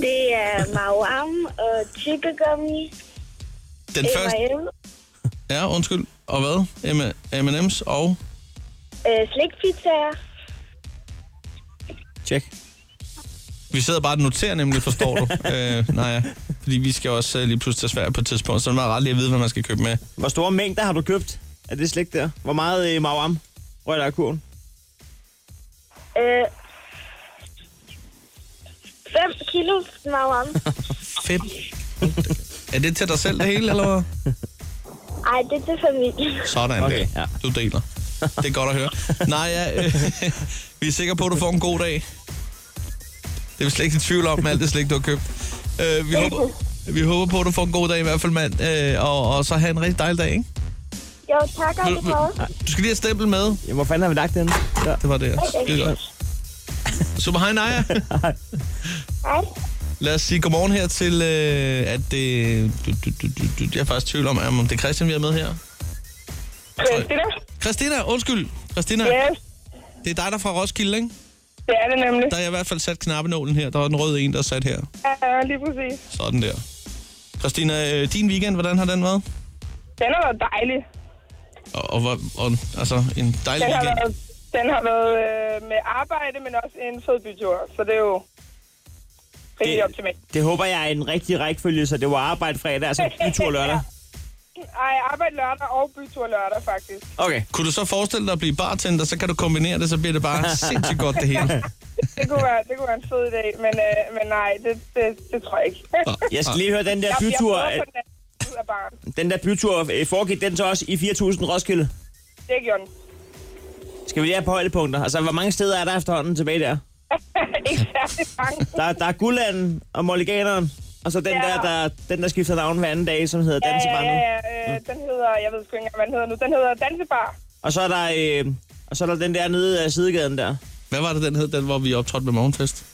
det er mauam og tyggegummi. Den første... M&M, Ja, undskyld. Og hvad? M- M&M's og... øh, slikpizzaer. Tjek. Vi sidder bare og noterer nemlig, forstår du? øh, nej, fordi vi skal også øh, lige pludselig til Sverige på et tidspunkt, så det er meget rart lige at vide, hvad man skal købe med. Hvor store mængder har du købt af det slik der? Hvor meget øh, mauam røg der af kurven? Øh, 5 kilo snavren. Fedt. Er det til dig selv det hele, eller hvad? Ej, det er til familien. Sådan okay, Okay, der. ja. Du deler. Det er godt at høre. Nej, ja, øh, vi er sikre på, at du får en god dag. Det er vi slet ikke i tvivl om med alt det slik, du har købt. Øh, vi, håber, vi håber på, at du får en god dag i hvert fald, mand. Øh, og, og så have en rigtig dejlig dag, ikke? Jo, tak og det måde. Du skal lige have stempel med. Jamen, hvor fanden har vi lagt den? Der. Det var det. Skide godt. Super, hej Naja. Hej. Lad os sige godmorgen her til, øh, at det... Du, du, du, du, du, jeg er faktisk i tvivl om, om det er Christian, vi har med her. Christina? Christina, undskyld. Christina, Yes, det er dig, der er fra Roskilde, ikke? det er det nemlig. Der har jeg i hvert fald sat knappenålen her. Der var den røde en, der er sat her. Ja, lige præcis. Sådan der. Christina, øh, din weekend, hvordan har den været? Den har været dejlig. Og, og, hvor- og altså, en dejlig Den har weekend. været, den har været øh, med arbejde, men også en fed bytur. Så det er jo rigtig Det- optimalt. Det håber jeg er en rigtig rækkefølge, så det var arbejde fredag, altså bytur lørdag. Ej, arbejde lørdag og bytur lørdag, faktisk. Okay. Kunne du så forestille dig at blive bartender, så kan du kombinere det, så bliver det bare sindssygt godt det hele. Det kunne være, det kunne være en fed idé, men, øh, men nej, det, det, det tror jeg ikke. Jeg, Jeg skal lige høre den der jeg bytur. prøver på øh, den anden side af baren. Den der bytur, øh, foregik den så også i 4.000 Roskilde? Det gjorde den. Skal vi lige have på højdepunkter? Altså, hvor mange steder er der efterhånden tilbage der? ikke særlig mange. Der, der er Gullanden og Molliganeren, og så den, Ja. der, der, den der skifter navn hver anden dag, som hedder Ja, ja, Dansebarnet. ja, ja. Øh, den hedder, jeg ved sgu ikke engang, hvad den hedder nu. Den hedder Dansebar. Og så er der, øh, og så er der den der nede af sidegaden der. Hvad var det, den hed, den, hvor vi optrådte med morgenfest?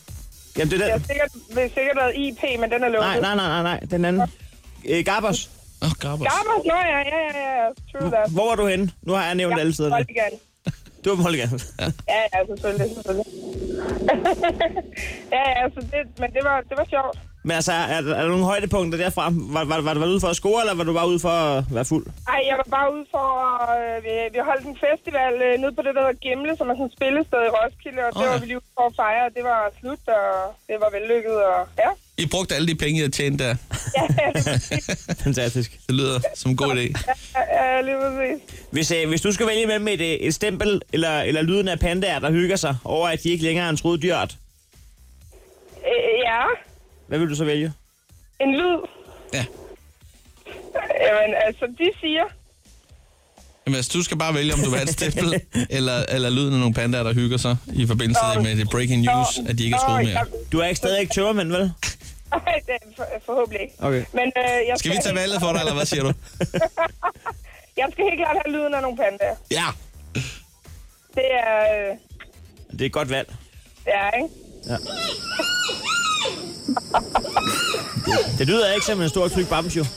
Jamen, det er Det den. har sikkert, det har sikkert været IP, men den er lukket. Nej, nej, nej, nej, nej. Den anden. Øh, Garbers, Åh, oh, garbers. Gammel, nå ja, ja, ja, ja. True that. hvor var du henne? Nu har jeg nævnt alle Ja, stederne. Volkan. Du var på Molliganeren. Ja, ja, selvfølgelig, selvfølgelig. ja, ja, så det, men det var, det var sjovt. Men altså, er, der- er der nogle højdepunkter derfra? Var, var, var, var du ude for at score, eller var du bare ude for at være fuld? Ej, jeg var bare ude for, øh, vi, vi holdt en festival øh, nede på det, der hedder Gemle, som er sådan et spillested i Roskilde, og det Åh, ja. var vi lige ude for at fejre, og det var slut, og det var vellykket, og ja. I brugte alle de penge, jeg tjente der. Ja, lige præcis. Fantastisk. Det lyder som en god idé. Ja, ja, lige præcis. Hvis, øh, hvis du skal vælge mellem et, øh, et stempel eller, eller lyden af pandaer, der hygger sig over, at de ikke længere er en truet dyrt, Øh, ja, hvad vil du så vælge? en lyd. Ja. Jamen, altså, de siger, Jamen, altså, du skal bare vælge, om du vil have et stempel, eller, eller lyden af nogle pandaer, der hygger sig i forbindelse med det breaking news, at de ikke er Nå, troet mere. jamen, Du er ikke stadig ikke tømmermænd, vel? nej, det er for, forhåbentlig ikke. Okay. Men, øh, jeg Skal vi tage valget for dig, eller hvad siger du? Jeg skal helt klart have lyden af nogle pandaer. Ja. Det er... Øh, Det er et godt valg. ja, ikke? Det lyder ikke som en stor tyk bams, jo. Og,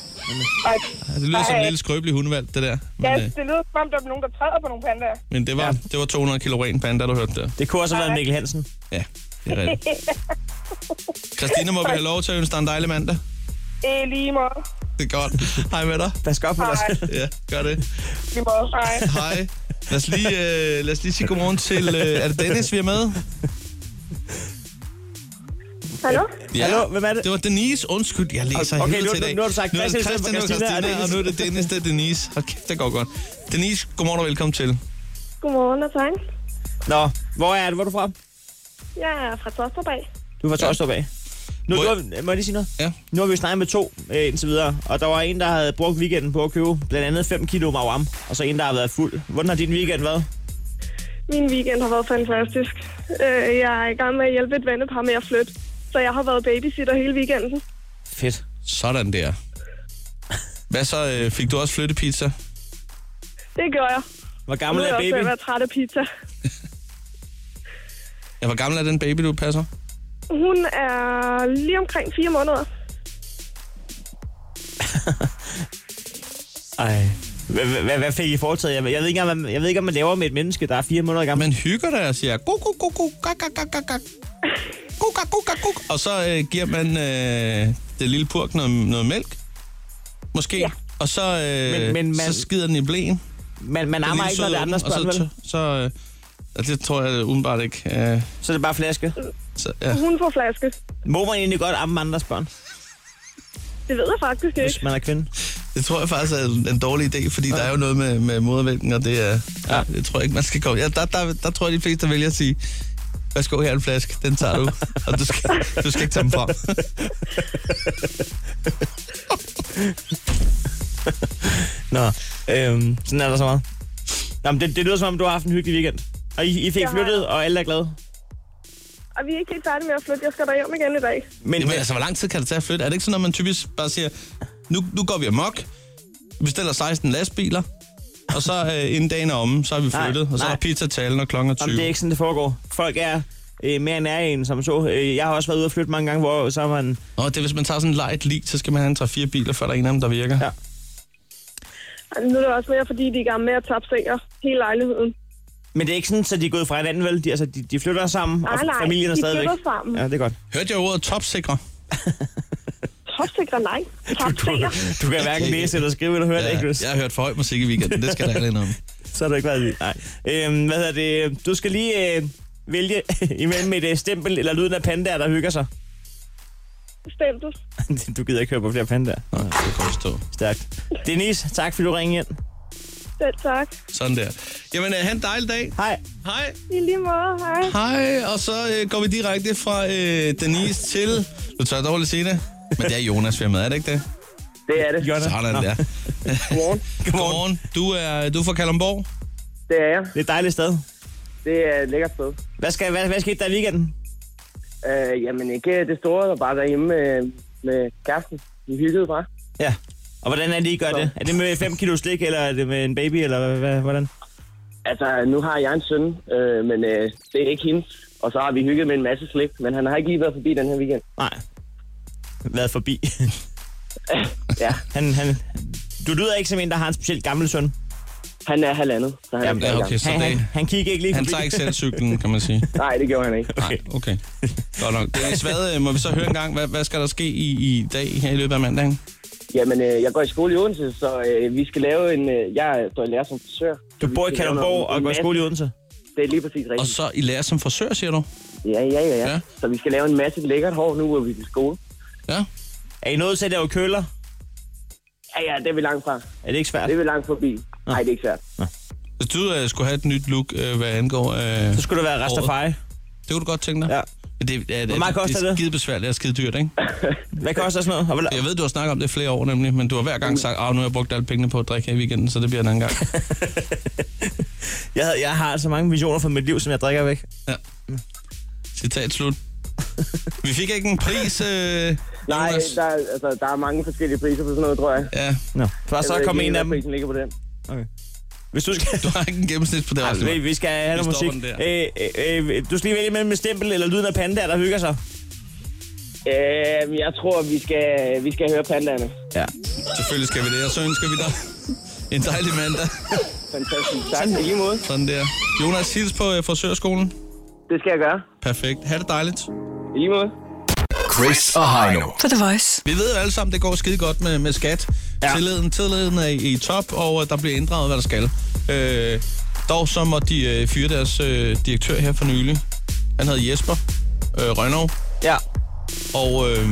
Altså, Det lyder som en lille skrøbelig hundevalg, det der. ja, Men, øh, det lyder som om, der er nogen, der træder på nogle pandaer. men det, var, det var 200 kilo ren panda, du hørte der. Det kunne også have været Mikkel Hansen. Ja, det er rigtigt. Christina, må vi have lov til at ønske dig en dejlig mandag? Øh, lige måde. Det er godt. Hej med dig. Pas godt på dig Hej. selv. Ja, gør det. Lige måde. Hej. Hej. Lad os lige, øh, lad os lige sige godmorgen til... Øh, er det Dennis, vi er med? Hallo? Ja. Hallo, hvem er det? Det var Denise. Undskyld, jeg læser Okay, helvede nu- til i dag. nu- nu har du sagt nu er det Christian, så Christian, var og Christina, Christina, og og nu er det Dennis, det er Denise. Hold kæft, det går godt. Denise, godmorgen og velkommen til. Godmorgen og tak. Nå, hvor er det? Hvor er du fra? Jeg er fra Tosterbag. Du var Tostrup af. Nu, Må må, jeg- jeg... må jeg lige sige noget? Ja. Nu har vi jo snakket med to øh, indtil videre, og der var en, der havde brugt weekenden på at købe blandt andet 5 kilo mawam, og så en, der har været fuld. Hvordan har din weekend været? Min weekend har været fantastisk. Øh, jeg er i gang med at hjælpe et vennepar med at flytte. Så jeg har været babysitter hele weekenden. Fedt. Sådan der. Hvad så? Øh, fik du også flyttepizza? Det gør jeg. Hvor Nu gammel er er jeg også ved at baby? være træt af pizza. Ja, hvor gammel er den baby, du passer? Hun er lige omkring fire måneder. Ej. Hvad- hvad- hvad- Hvad fik I foretaget? Jeg jeg ved, ikke, engang, hvad- jeg ved ikke, om man laver med et menneske, der er fire måneder gammel. Man hygger dig og siger, guk, guk, guk, guk, gak, gak, gak, gak, guk, gak, guk, gak, guk. Og så øh, giver man øh, det lille purk noget, noget mælk, måske. Ja. Og så, øh, men, Men- men men man- så skider den i blæen. Man, man ammer ikke, når det er andres børn, og så, vel? så, så øh, og det tror jeg udenbart ikke. Øh, Så er det bare flaske. så, ja. Hun får flaske. Må man egentlig godt amme andres børn, Det ved jeg faktisk ikke. hvis man er kvinde? Det tror jeg faktisk er en, en dårlig idé, fordi ja. der er jo noget med, med modervælden, og det er... Ja. Det tror jeg ikke, man skal komme... Ja, der, der, der tror jeg, de fleste vælger at sige, Værsgo, her er en flaske. Den tager du. Og du skal, du skal ikke tage dem frem. Nå, øhm, sådan er der så meget. Nå, men det, det lyder som om, du har haft en hyggelig weekend. Og I, I fik Det har flyttet, og alle er glade. Og vi er ikke helt færdige med at flytte. Jeg skal derhjem igen i dag. Men, Jamen, altså, hvor lang tid kan det tage at flytte? Er det ikke sådan, at man typisk bare siger, nu, nu går vi amok, bestiller 16 lastbiler, og så øh, inden dagen er omme, så er vi Nej, flyttet, og så nej. er pizza talen og klokken er 20. Jamen, det er ikke sådan, det foregår. Folk er øh, mere nære en, som så. Øh, jeg har også været ude og flytte mange gange, hvor så er man... Og det er, hvis man tager sådan en light lig, så skal man have en 3-4 biler, før der er en af dem, der virker. Ja. Og nu er det også mere, fordi de er i gang med at tapsere hele lejligheden. Men det er ikke sådan, så de er gået fra hinanden, vel? De, altså, de, de flytter sammen, Nej, og nej, familien er de stadigvæk. flytter sammen. Ja, det er godt. Hørte jeg ordet topsikre? Topsikre nej. Tapsere. Du kan hverken læse eller skrive eller høre det, Ja, ikke, Chris? jeg har hørt for høj musik i weekenden, det skal der alene om. Så har du ikke været i. Nej. Øhm, hvad hedder det? Du skal lige øh, vælge imellem et øh, stempel eller lyden af pandaer, der hygger sig. Bestemt. du gider ikke høre på flere pandaer. Nå, det kan jeg forstå. Stærkt. Denise, tak fordi du ringede ind. Selv tak. Sådan der. Jamen, øh, have en dejlig dag. Hej. Hej. I lige måde. Hej. Hej, og så øh, går vi direkte fra øh, Denise til... Nu tør jeg dårligt sige det, men det er Jonas, vi har med, er det ikke det? Det er det. Jonna. Sådan der. Godmorgen. Godmorgen. Du er, du er fra Kalundborg. Det er jeg. Det er et dejligt sted. Det er et lækkert sted. Hvad, skal, hvad, hvad skete der i weekenden? Øh, jamen ikke det store, der bare derhjemme med, med kæresten. Vi hyggede bare. Ja. Og hvordan er det, I gør det? Er det med 5 kilo slik, eller er det med en baby, eller hvad, hvad, hvordan? Altså, nu har jeg en søn, øh, men øh, det er ikke hendes. Og så har vi hygget med en masse slik, men han har ikke lige været forbi den her weekend. Nej. Været forbi. Ja, han, han, du lyder ikke som en, der har en specielt gammel søn. han er halvandet, så han Jamen, er Ja, ikke okay, så Han, han, det, han kigger ikke lige han forbi. tager ikke selv cyklen, kan man sige. Nej, det gjorde han ikke. Nej, okay. Godt nok. Dennis, hvad, øh, må vi så høre en gang, hvad, hvad skal der ske i, i dag her i løbet af mandagen? Jamen, øh, jeg går i skole i Odense, så øh, vi skal lave en... Øh, jeg står i lærer som frisør. Du bor i Kalundborg og går i skole i Odense. Det er lige præcis Og rigtigt. så i lærer som frisør, siger du? Ja, ja, ja, Ja. ja. Så vi skal lave en masse lækkert hår nu, hvor vi er i skole. Ja. Er I nået til at lave køller? Ja, ja, det er vi langt fra. Er det ikke svært? Det er vi langt forbi. Nej, det er ikke svært. Hvis du øh, skulle have et nyt look, øh, hvad angår... Øh, Så skulle der være Rastafari. det kunne du godt tænke dig. Ja. Men det, ja, det, Hvor meget koster det? er det? skide besværligt og skide dyrt, ikke? Hvad koster sådan noget? Og hvor- Jeg ved, du har snakket om det i flere år nemlig, men du har hver Mm. gang sagt, at nu har jeg brugt alle pengene på at drikke her i weekenden, så det bliver en anden gang. Jeg, havde, jeg har altså mange visioner for mit liv, som jeg drikker væk. Citat slut. Vi fik ikke en pris, øh, Nej, Jonas. der, er- altså, der er mange forskellige priser på sådan noget, tror jeg. Ja, Nå. For Jeg så ved ikke kom helt, en hvad af dem. Prisen ligger på den. Hvis du skal... du har ikke en gennemsnit på det Ej, altså, vi, vi skal have Vi noget stopper musik. den Øh, øh, øh, du skal lige vælge mellem et stempel eller lyden af pandaer, der hygger sig. Øh, jeg tror, vi skal, vi skal høre pandaerne. Ja. Selvfølgelig skal vi det, og så ønsker vi dig en dejlig mandag. Fantastisk. Tak. I lige måde. Sådan der. Jonas, hils på øh, frisørskolen. Det skal jeg gøre. Perfekt. Ha' det dejligt. I lige måde. Chris og Heino. På The Voice. Vi ved jo alle sammen, det går skide godt med, med skat. Ja. Ja. Tilliden, tilliden er i, i top, og øh, der bliver inddraget, hvad der skal. Øh, dog så må de øh, fyre deres øh, direktør her for nylig. Han hed Jesper øh, Rønnov, Ja. og øh,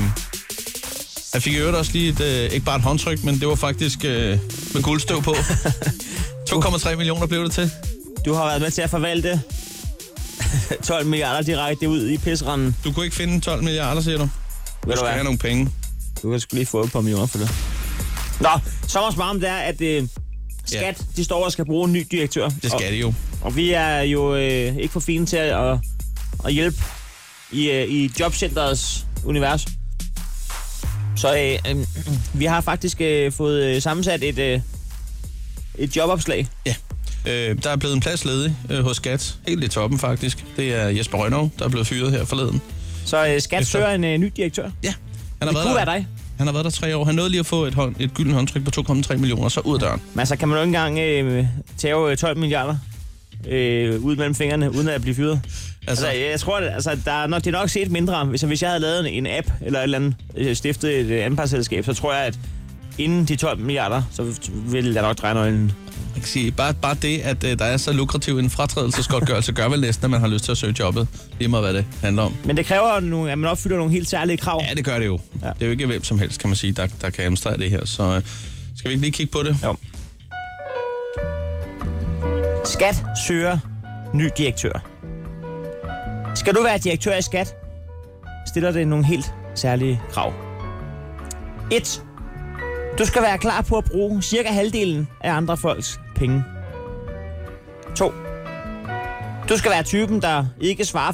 han fik i øvrigt også lige et, øh, ikke bare et håndtryk, men det var faktisk øh, med guldstøv på. 2,3 millioner blev det til. Du har været med til at forvalte 12 milliarder direkte ud i pisseranden. Du kunne ikke finde 12 milliarder, siger du. Ved Du du skal have hvad? nogle penge. Du kan sgu lige få et par millioner for det. Nå, sommerens varme det er, at øh, Skat, Ja. de står og skal bruge en ny direktør. Det skal det jo. Og, og vi er jo øh, ikke for fine til at, at, at hjælpe i, øh, i jobcenterets univers. Så øh, øh, vi har faktisk øh, fået øh, sammensat et, øh, et jobopslag. Ja. Øh, der er blevet en plads ledig øh, hos Skat. Helt i toppen, faktisk. Det er Jesper Rønnov, der er blevet fyret her forleden. Så øh, Skat Efter- søger en øh, ny direktør. Ja. Han har Det kunne der, være dig. Han har været der tre år. Han nåede lige at få et, hånd, et gyldent håndtryk på 2,3 millioner, så ud af døren. Men altså, kan man jo ikke engang øh, tage øh, 12 milliarder øh, ud mellem fingrene, uden at blive fyret? Altså, Altså, jeg tror, at, altså, der er nok, det er nok set mindre. Hvis, hvis jeg havde lavet en, en app eller et eller andet, øh, stiftet et øh, anpartsselskab, så tror jeg, at inden de 12 milliarder, så ville jeg nok dreje nøglen. jeg kan sige, bare, bare det, at øh, der er så lukrativ en fratrædelsesgodtgørelse, gør vel næsten, at man har lyst til at søge jobbet. Lige meget, hvad det handler om. Men det kræver, nogle, at man opfylder nogle helt særlige krav. Ja, det gør det jo. Ja. Ja. Det er jo ikke hvem som helst, kan man sige, der, der kan administrere det her. Så øh, skal vi ikke lige kigge på det? Jo. Skat søger ny direktør. Skal du være direktør i skat, stiller det nogle helt særlige krav. 1. Du skal være klar på at bruge cirka halvdelen af andre folks penge. 2. Du skal være typen, der ikke svarer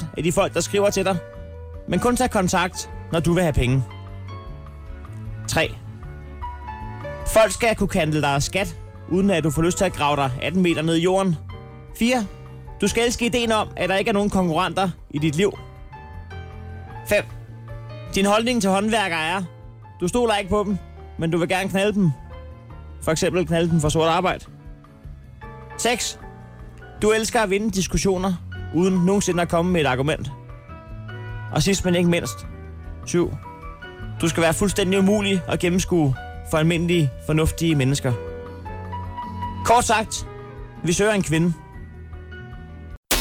95% af de folk, der skriver til dig, men kun tager kontakt, når du vil have penge. 3. Folk skal kunne kalde dig skat, uden at du får lyst til at grave dig 18 meter ned i jorden. 4. Du skal elske ideen om, at der ikke er nogen konkurrenter i dit liv. 5. Din holdning til håndværkere er, du stoler ikke på dem, men du vil gerne knalde dem. For eksempel knalde dem for sort arbejde. 6. Du elsker at vinde diskussioner, uden nogensinde at komme med et argument. Og sidst men ikke mindst. 7. Du skal være fuldstændig umulig at gennemskue for almindelige, fornuftige mennesker. Kort sagt, vi søger en kvinde.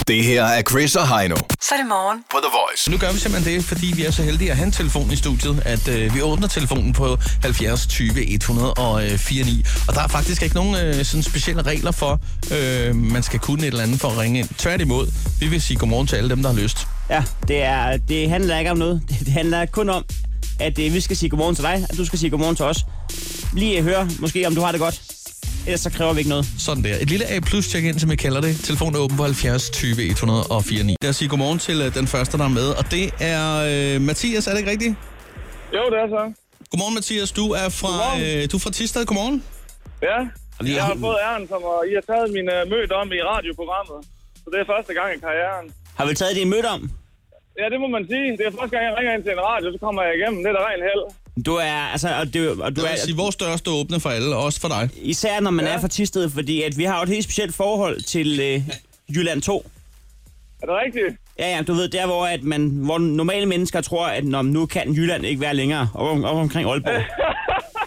Det her er Chris og Heino Så er det morgen. på The Voice. Nu gør vi simpelthen det, fordi vi er så heldige at have en telefon i studiet, at øh, vi åbner telefonen på 70 20 104 9. Og der er faktisk ikke nogen øh, sådan specielle regler for, øh, man skal kunne et eller andet for at ringe ind. Tværtimod, vi vil sige godmorgen til alle dem, der har lyst. Ja, det, er, det handler ikke om noget. Det, det handler kun om, at øh, vi skal sige godmorgen til dig, at du skal sige godmorgen til os. Lige høre, måske om du har det godt. Ellers så kræver vi ikke noget. Sådan der. Et lille A plus check ind, som jeg kalder det. Telefonen er åben på 70 20 104 9. Lad os sige godmorgen til øh, den første, der er med, og det er øh, Mathias, er det ikke rigtigt? Jo, det er så. Godmorgen Mathias, du er fra, Godmorgen. øh, du er fra Tisted. Godmorgen. Ja, vi er jeg har helt- fået æren, som og I har taget min uh, møde om i radioprogrammet. Så det er første gang i karrieren. Har vi taget din mødt om? Ja, det må man sige. Det er første gang, jeg ringer ind til en radio, så kommer jeg igennem. Det er da ren held. Du er, altså, og, det, og du Jeg vil sige, er, vores dør står åbne for alle, og også for dig. især når man ja. er fra Tisted, fordi at vi har jo et helt specielt forhold til øh, Jylland 2. Er det rigtigt? Ja, ja, du ved, der hvor, at man, hvor normale mennesker tror, at når nu kan Jylland ikke være længere op, om- op omkring Aalborg.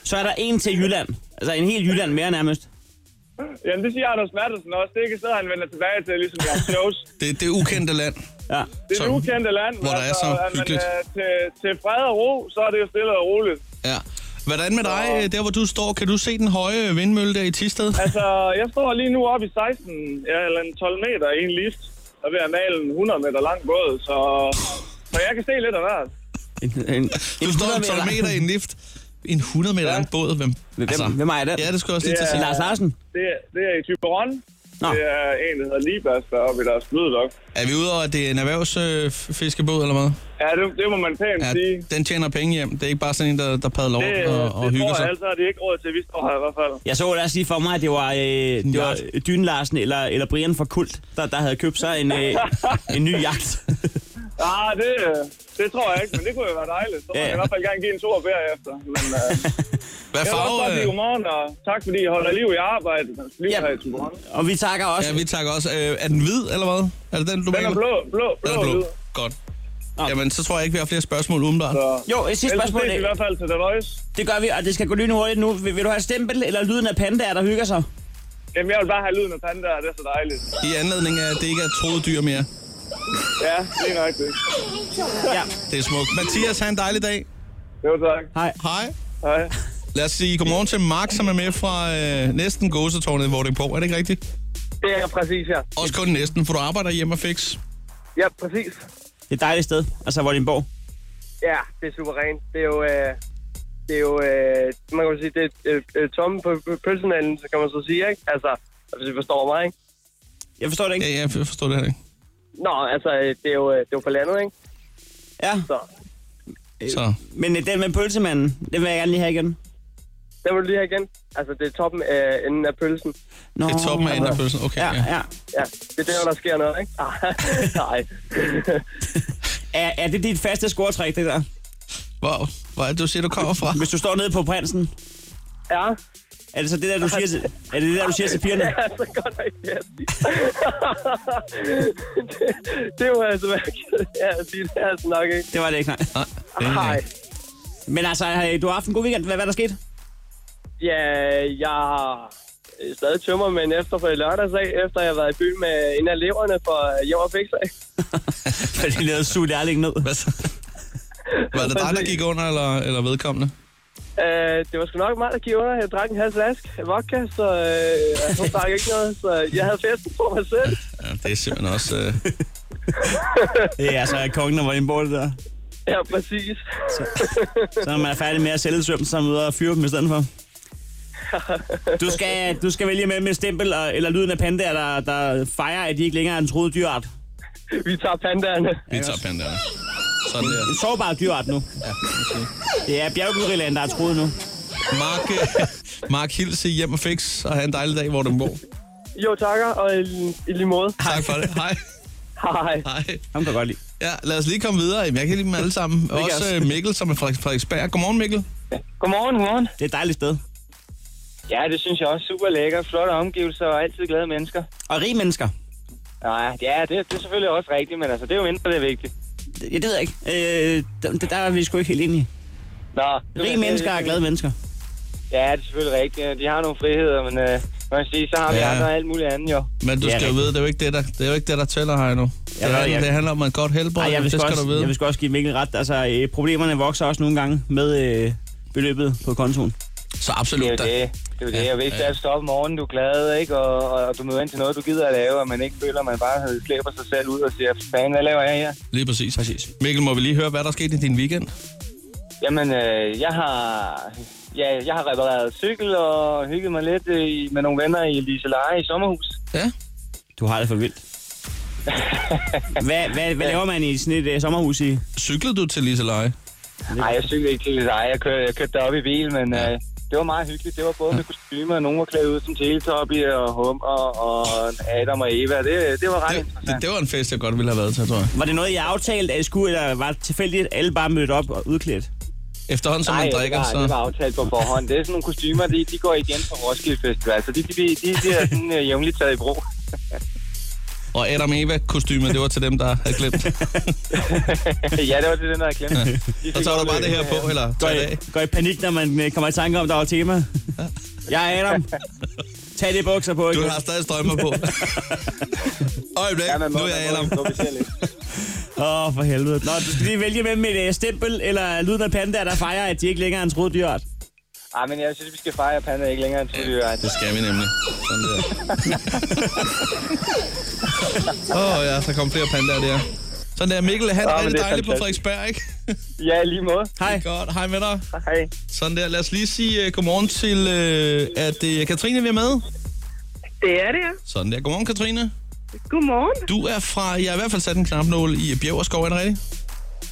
så er der en til Jylland. Altså en hel Jylland mere nærmest. Jamen, det siger Anders Mattelsen også. Det er ikke et sted, han vender tilbage til, ligesom jeg shows. Det, det ukendte land. Ja. Det er det Som- ukendte land. hvor der er så er man, hyggeligt. øh, til, til fred og ro, så er det jo stille og roligt. Ja. Hvordan med dig, øh, der hvor du står, kan du se den høje vindmølle der i Tisted? Altså, jeg står lige nu oppe i 16, ja, eller en 12 meter i en lift. Der er ved at male en 100 meter lang båd, så, så jeg kan se lidt af hvert. En, en, Du står en 12 meter i en lift. En 100 meter lang båd. Hvem, Hvem, altså, hvem er den? Ja, det skulle jeg også lige til at Til sige. Lars Larsen? Det, er- det er i Typeron. Nå. Det er en, der hedder Libas, der er oppe i deres bløddok. Er vi ude over, at det er en erhvervsfiskebåd eller hvad? Ja, det, det må man pænt Ja, sige. den tjener penge hjem. Det er ikke bare sådan en, der, der padler Det, rundt og, og det hygger tror jeg sig. altså, at det er ikke råd til, at vi står her i hvert fald. Jeg så ellers lige for mig, at det var, øh, det var Dyn Larsen eller, eller Brian fra Kult, der, der havde købt sig en, øh, en ny jagt. Ah, det, det tror jeg ikke, men det kunne jo være dejligt. Så må Ja. jeg i hvert fald gerne give en tur bagefter. Men, uh, jeg vil Hvad også farve? bare sige øh, godmorgen, og tak fordi I holder liv i arbejdet. Liv Ja. her i Typeron. Og vi takker også. Ja, vi takker også. Øh, Er den hvid eller hvad? Er det den, du Den er blå, blå, blå. Den er blå. Godt. Nå. Jamen, så tror jeg ikke, vi har flere spørgsmål udenbart. Så, Jo, et sidste ellers spørgsmål. ses vi i hvert fald til The Voice. Det gør vi, og det skal gå lynhurtigt nu. Vil, vil du have et stempel eller lyden af pandaer, der hygger sig? Jamen, jeg vil bare have lyden af pandaer, det er så dejligt. I anledning af, at det ikke er troede dyr mere. Ja, lige nøjagtigt. Ja. Det er smukt. Mathias, have en dejlig dag. Jo, tak. Hej. Hej. Hej. Lad os sige godmorgen til Mark, som er med fra øh, næsten gåsetårnet i Vordingborg. Er det ikke rigtigt? Det er præcis her. Også kun næsten, for du arbejder hjemme og fix. Ja, præcis. Det er et dejligt sted, altså Vordingborg. Ja, det er suverænt. Det er jo... Øh, det er jo... Øh, man kan jo sige, det er øh, øh, tomme på på pølsenanden, så kan man så sige, ikke? Altså, hvis I forstår mig, ikke? Jeg forstår det Ja, ikke. ja, jeg forstår det her ikke. Nå, altså, øh, det er jo, øh, det er jo på landet, ikke? Ja, Så Så men øh, den med pølsemanden, den vil jeg gerne lige have igen. der vil du lige her igen. Altså, det er toppen øh, enden af pølsen. Nå, det er toppen af en af pølsen. Okay, Ja, ja. ja. Ja, det er der, hvor der sker noget, ikke? Ah, Nej. Er, er det dit faste scoretræk, det der? Wow, hvor er det, du siger, du kommer fra? Hvis du står nede på prinsen, ja, er det så det der, du siger til, er det det der, du siger til pigerne? det er så godt nok ikke at sige. det, det må altså være ked af at sige. Det er altså nok ikke. Det var det ikke, nej. Nej, det er Nej. ikke. Men altså, hey, du har haft en god weekend. Hvad, hvad er der sket? Ja, jeg har øh, stadig tømmer, men efter for i lørdagsdag, efter jeg har været i byen med en af eleverne for øh, Jord og Fiksag. Fordi lavede suge lærling ned. Hvad så? Var det dig, der gik under, eller, eller vedkommende? Øh, det var sgu nok meget, der gik under. Jeg drak en halv flaske vodka, så øh, jeg drak ikke noget. Så jeg havde festen på mig selv. Ja, det er simpelthen også... Øh, Det er altså kongen, der var inde på det der. Ja, præcis. Så når man er færdig med at sælge svøm, så er man ude og fyre dem i stedet for. Du skal, du skal vælge med med stempel og, eller lyden af pandaer, der, der fejrer, at de ikke længere er en troet dyreart. Vi tager pandaerne. Vi tager pandaerne. Sådan der. En sårbar dyreart nu. Ja, okay. Det er bjerggorillaen, der er troet nu. Mark, øh, Mark Hilse hjem og fix, og have en dejlig dag, hvor du bor. Jo, takker, og i, i lige måde. Tak for det. Hej. Hej. Hej. Ham kan jeg godt lide. Ja, lad os lige komme videre. Jamen, Jeg kan lide dem alle sammen. jeg Også også. øh, Mikkel, som er fra Frederiksberg. Godmorgen, Mikkel. Godmorgen, godmorgen. Det er et dejligt sted. Ja, det synes jeg også. Super lækker, flotte omgivelser og altid glade mennesker. Og rige mennesker. Nej, ja, det, det er selvfølgelig også rigtigt, men altså, det er jo mindre, det er vigtigt. Ja, det ved jeg ikke. Øh, der, der er vi sgu ikke helt enige. Nå, Rige øh, mennesker er glade mennesker. Ja, det er selvfølgelig rigtigt. De har nogle friheder, men øh, man kan sige, så har vi Ja. ja. andre og alt muligt andet jo. Men du Ja, skal jo rigtigt. vide, det er jo ikke det, der, det er jo ikke det, der tæller her nu. Det, ved, handler- jeg- det handler om et godt helbred, Ej, jeg vil det sgu skal også, du vide. jeg vil sgu også give Mikkel ret. Altså, øh, problemerne vokser også nogle gange med øh, beløbet på kontoen. Så Det er absolut. jo Der, det. Det er jo det. Og hvis det er at stoppe morgen, du er glad, ikke? Og, og, og, du møder ind til noget, du gider at lave, og man ikke føler, at man bare slæber sig selv ud og siger, fanden, hvad laver jeg her? lige præcis. præcis. Mikkel, må vi lige høre, hvad der skete i din weekend? Jamen, øh, jeg har... Ja, jeg har repareret cykel og hygget mig lidt øh, i- med nogle venner i Liseleje i sommerhus. Ja. Du har det for vildt. Hvad, hvad, hvad laver man i sådan et øh, sommerhus i? Cyklede du til Liseleje? Nej, jeg cyklede ikke til Liseleje. Jeg, kør, jeg kørte derop i bil, men øh, det var meget hyggeligt. Det var både med kostymer, og nogen var klædt ud som Teletubby og Hummer og Adam og Eva. Det, det var ret Det, det, interessant. det, var en fest, jeg godt ville have været til, tror jeg. Var det noget, jeg aftalte, at I skulle, eller var det tilfældigt, at alle bare mødte op og udklædt? Efterhånden, som Nej, man drikker, det, var, det så... var aftalt på forhånd. Det er sådan nogle kostymer, de, de går igen på Roskilde Festival, så de, de, de, de er sådan øh, jævnligt taget i brug. Og Adam Eva kostyme, det var til dem, der havde glemt. ja, det var det, den der havde glemt. De Og fik øh, så var der bare det her på, eller Går tag det I, af. går I panik, når man øh, kommer i tanke om, at der var tema? Jeg er Adam. Tag de bukser på, ikke? Du har stadig strømmer på. Øjeblik, Ja, man må, nu er jeg man må Adam. improvisere lidt. Åh, oh, for helvede. Nå, du skal lige vælge mellem et øh, stempel eller lyden af panda, der fejrer, at de ikke længere er en troet dyreart. Ej, Ah, men jeg synes, vi skal fejre panda ikke længere end til ja. Det skal vi nemlig. Sådan der. Åh oh, ja, så kom flere pandaer der. Sådan der, Mikkel, han Åh, er men rigtig det er dejlig på fantastisk. Frederiksberg, ikke? ja, i lige måde. Hej. Godt, hej med dig. Hej. Sådan der, lad os lige sige uh, godmorgen til, uh, at uh, Katrine vi er med. Det er det, ja. Sådan der, godmorgen Katrine. Godmorgen. Du er fra, jeg har i hvert fald sat en knapnål i Bjergerskov, er det rigtigt?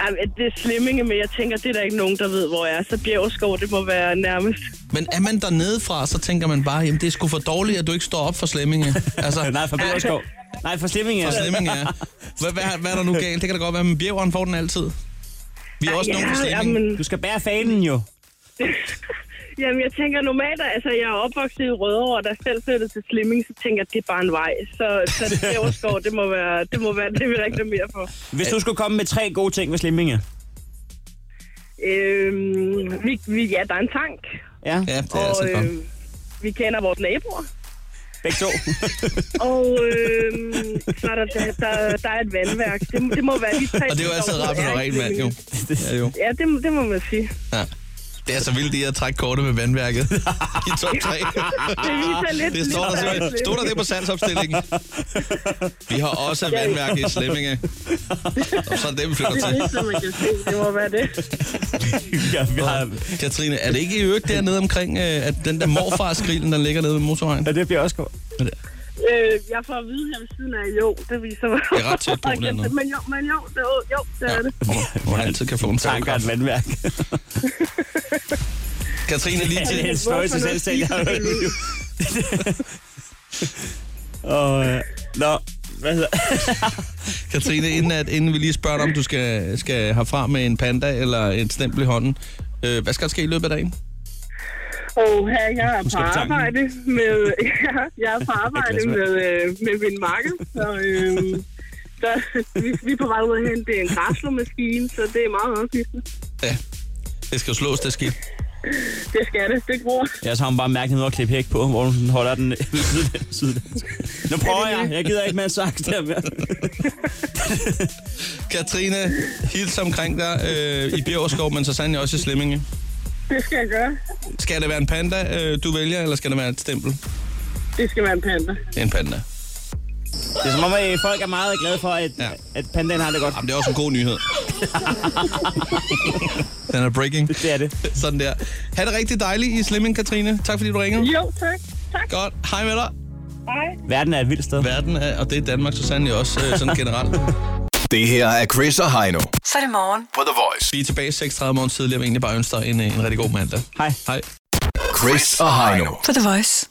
Jamen, det er slemminge, men jeg tænker, det er der ikke nogen, der ved, hvor jeg er. Så bjergskov, det må være nærmest. Men er man dernede fra, så tænker man bare, jamen det er sgu for dårligt, at du ikke står op for slemminge. Altså, Nej, fra Bjørskov. Nej, fra Slimming, ja. for slemminge, ja. Hvad, hvad, hvad er der nu galt? Det kan da godt være, men bjæveren får den altid. Vi er også nogle på slemminge. jamen, Du skal bære fanen jo. jamen, jeg tænker normalt, at- altså jeg er opvokset i Rødovre, og da jeg selv flyttede til Slimming, så tænker jeg, at det er bare en vej. Så, så det bjergskov, det må være det, må være, det vil jeg reklamere for. Hvis du skulle komme med tre gode ting ved Slimming, ja. Øhm, vi, vi, ja, der er en tank, Ja, Ja, det er og altså godt. øhm, vi kender vores naboer. begge to. Og øhm, så er der, der, der, der er et vandværk. Det, det må være de tre. Og det er jo altid ting, rart, der når er i rent vand, jo. Slimming. Ja, jo. Ja, det, det må man sige. Ja. Det er så vildt, det at trække kortet med vandværket i top 3. Det viser lidt... Det står der, lidt, er simpelthen- i stod der det på salgsopstillingen. Vi har også vandværk i Slemminge. Og så er det, vi flytter Slimming. Det til. er det, man kan se. Det må være det. ja, vi har... Katrine, er det ikke i øvrigt dernede omkring, øh, at den der morfarsgrillen, der ligger nede ved motorvejen? Ja, det er Bjørskov. Øh, jeg får at vide her ved siden af, jo, det viser mig. Det er ret tæt på, det andet. Men jo, men jo, det, er- jo, det er det. Hvor- Hvor man altid kan få en Tanker et tanker. vandværk. Katrine, Ja, lige det til, er den sløjeste Hvorfor noget selvstændig, jeg har hørt i mit liv. Åh, ja. Nå, hvad hedder... Katrine, inden, at, inden vi lige spørger dig, om du skal, skal herfra med en panda eller et stempel i hånden. Øh, hvad skal der ske i løbet af dagen? Og her, jeg er på skal vi tanken. arbejde med, ja, jeg er på arbejde glas vand. med, øh, med min makker, så, øh, så vi, vi er på vej ud og hente en græslermaskine, så det er meget opgiftende. Ja, det skal jo slås, det skidt. Det skal det, det gror. Jeg så har hun bare mærket noget at klippe hæk på, hvor hun holder den ved siden af- siden af. Nu prøver jeg. Jeg gider ikke mere sagt der mere. Katrine, hils omkring dig øh, i Bjørskov, men så sandelig også i Slemminge. Det skal jeg gøre. Skal det være en panda, øh, du vælger, eller skal det være et stempel? Det skal være en panda. Det er en panda. Det er som om, at folk er meget glade for, at, Ja. ja. at pandaen har det godt. Jamen, det er også en god nyhed. Den er breaking. Det er det. Sådan der. Ha' det rigtig dejligt i Slimming, Katrine. Tak fordi du ringede. Jo, tak. Tak. Godt. Hej med dig. Hej. Verden er et vildt sted. Verden er, og det er Danmark så sandelig også, øh, sådan generelt. Det her er Chris og Heino. Så er det morgen. På The Voice. Vi er tilbage 6.30 morgen tidligere, og egentlig bare ønsker en, øh, en rigtig god mandag. Hej. Hej. Chris og Heino. På The Voice.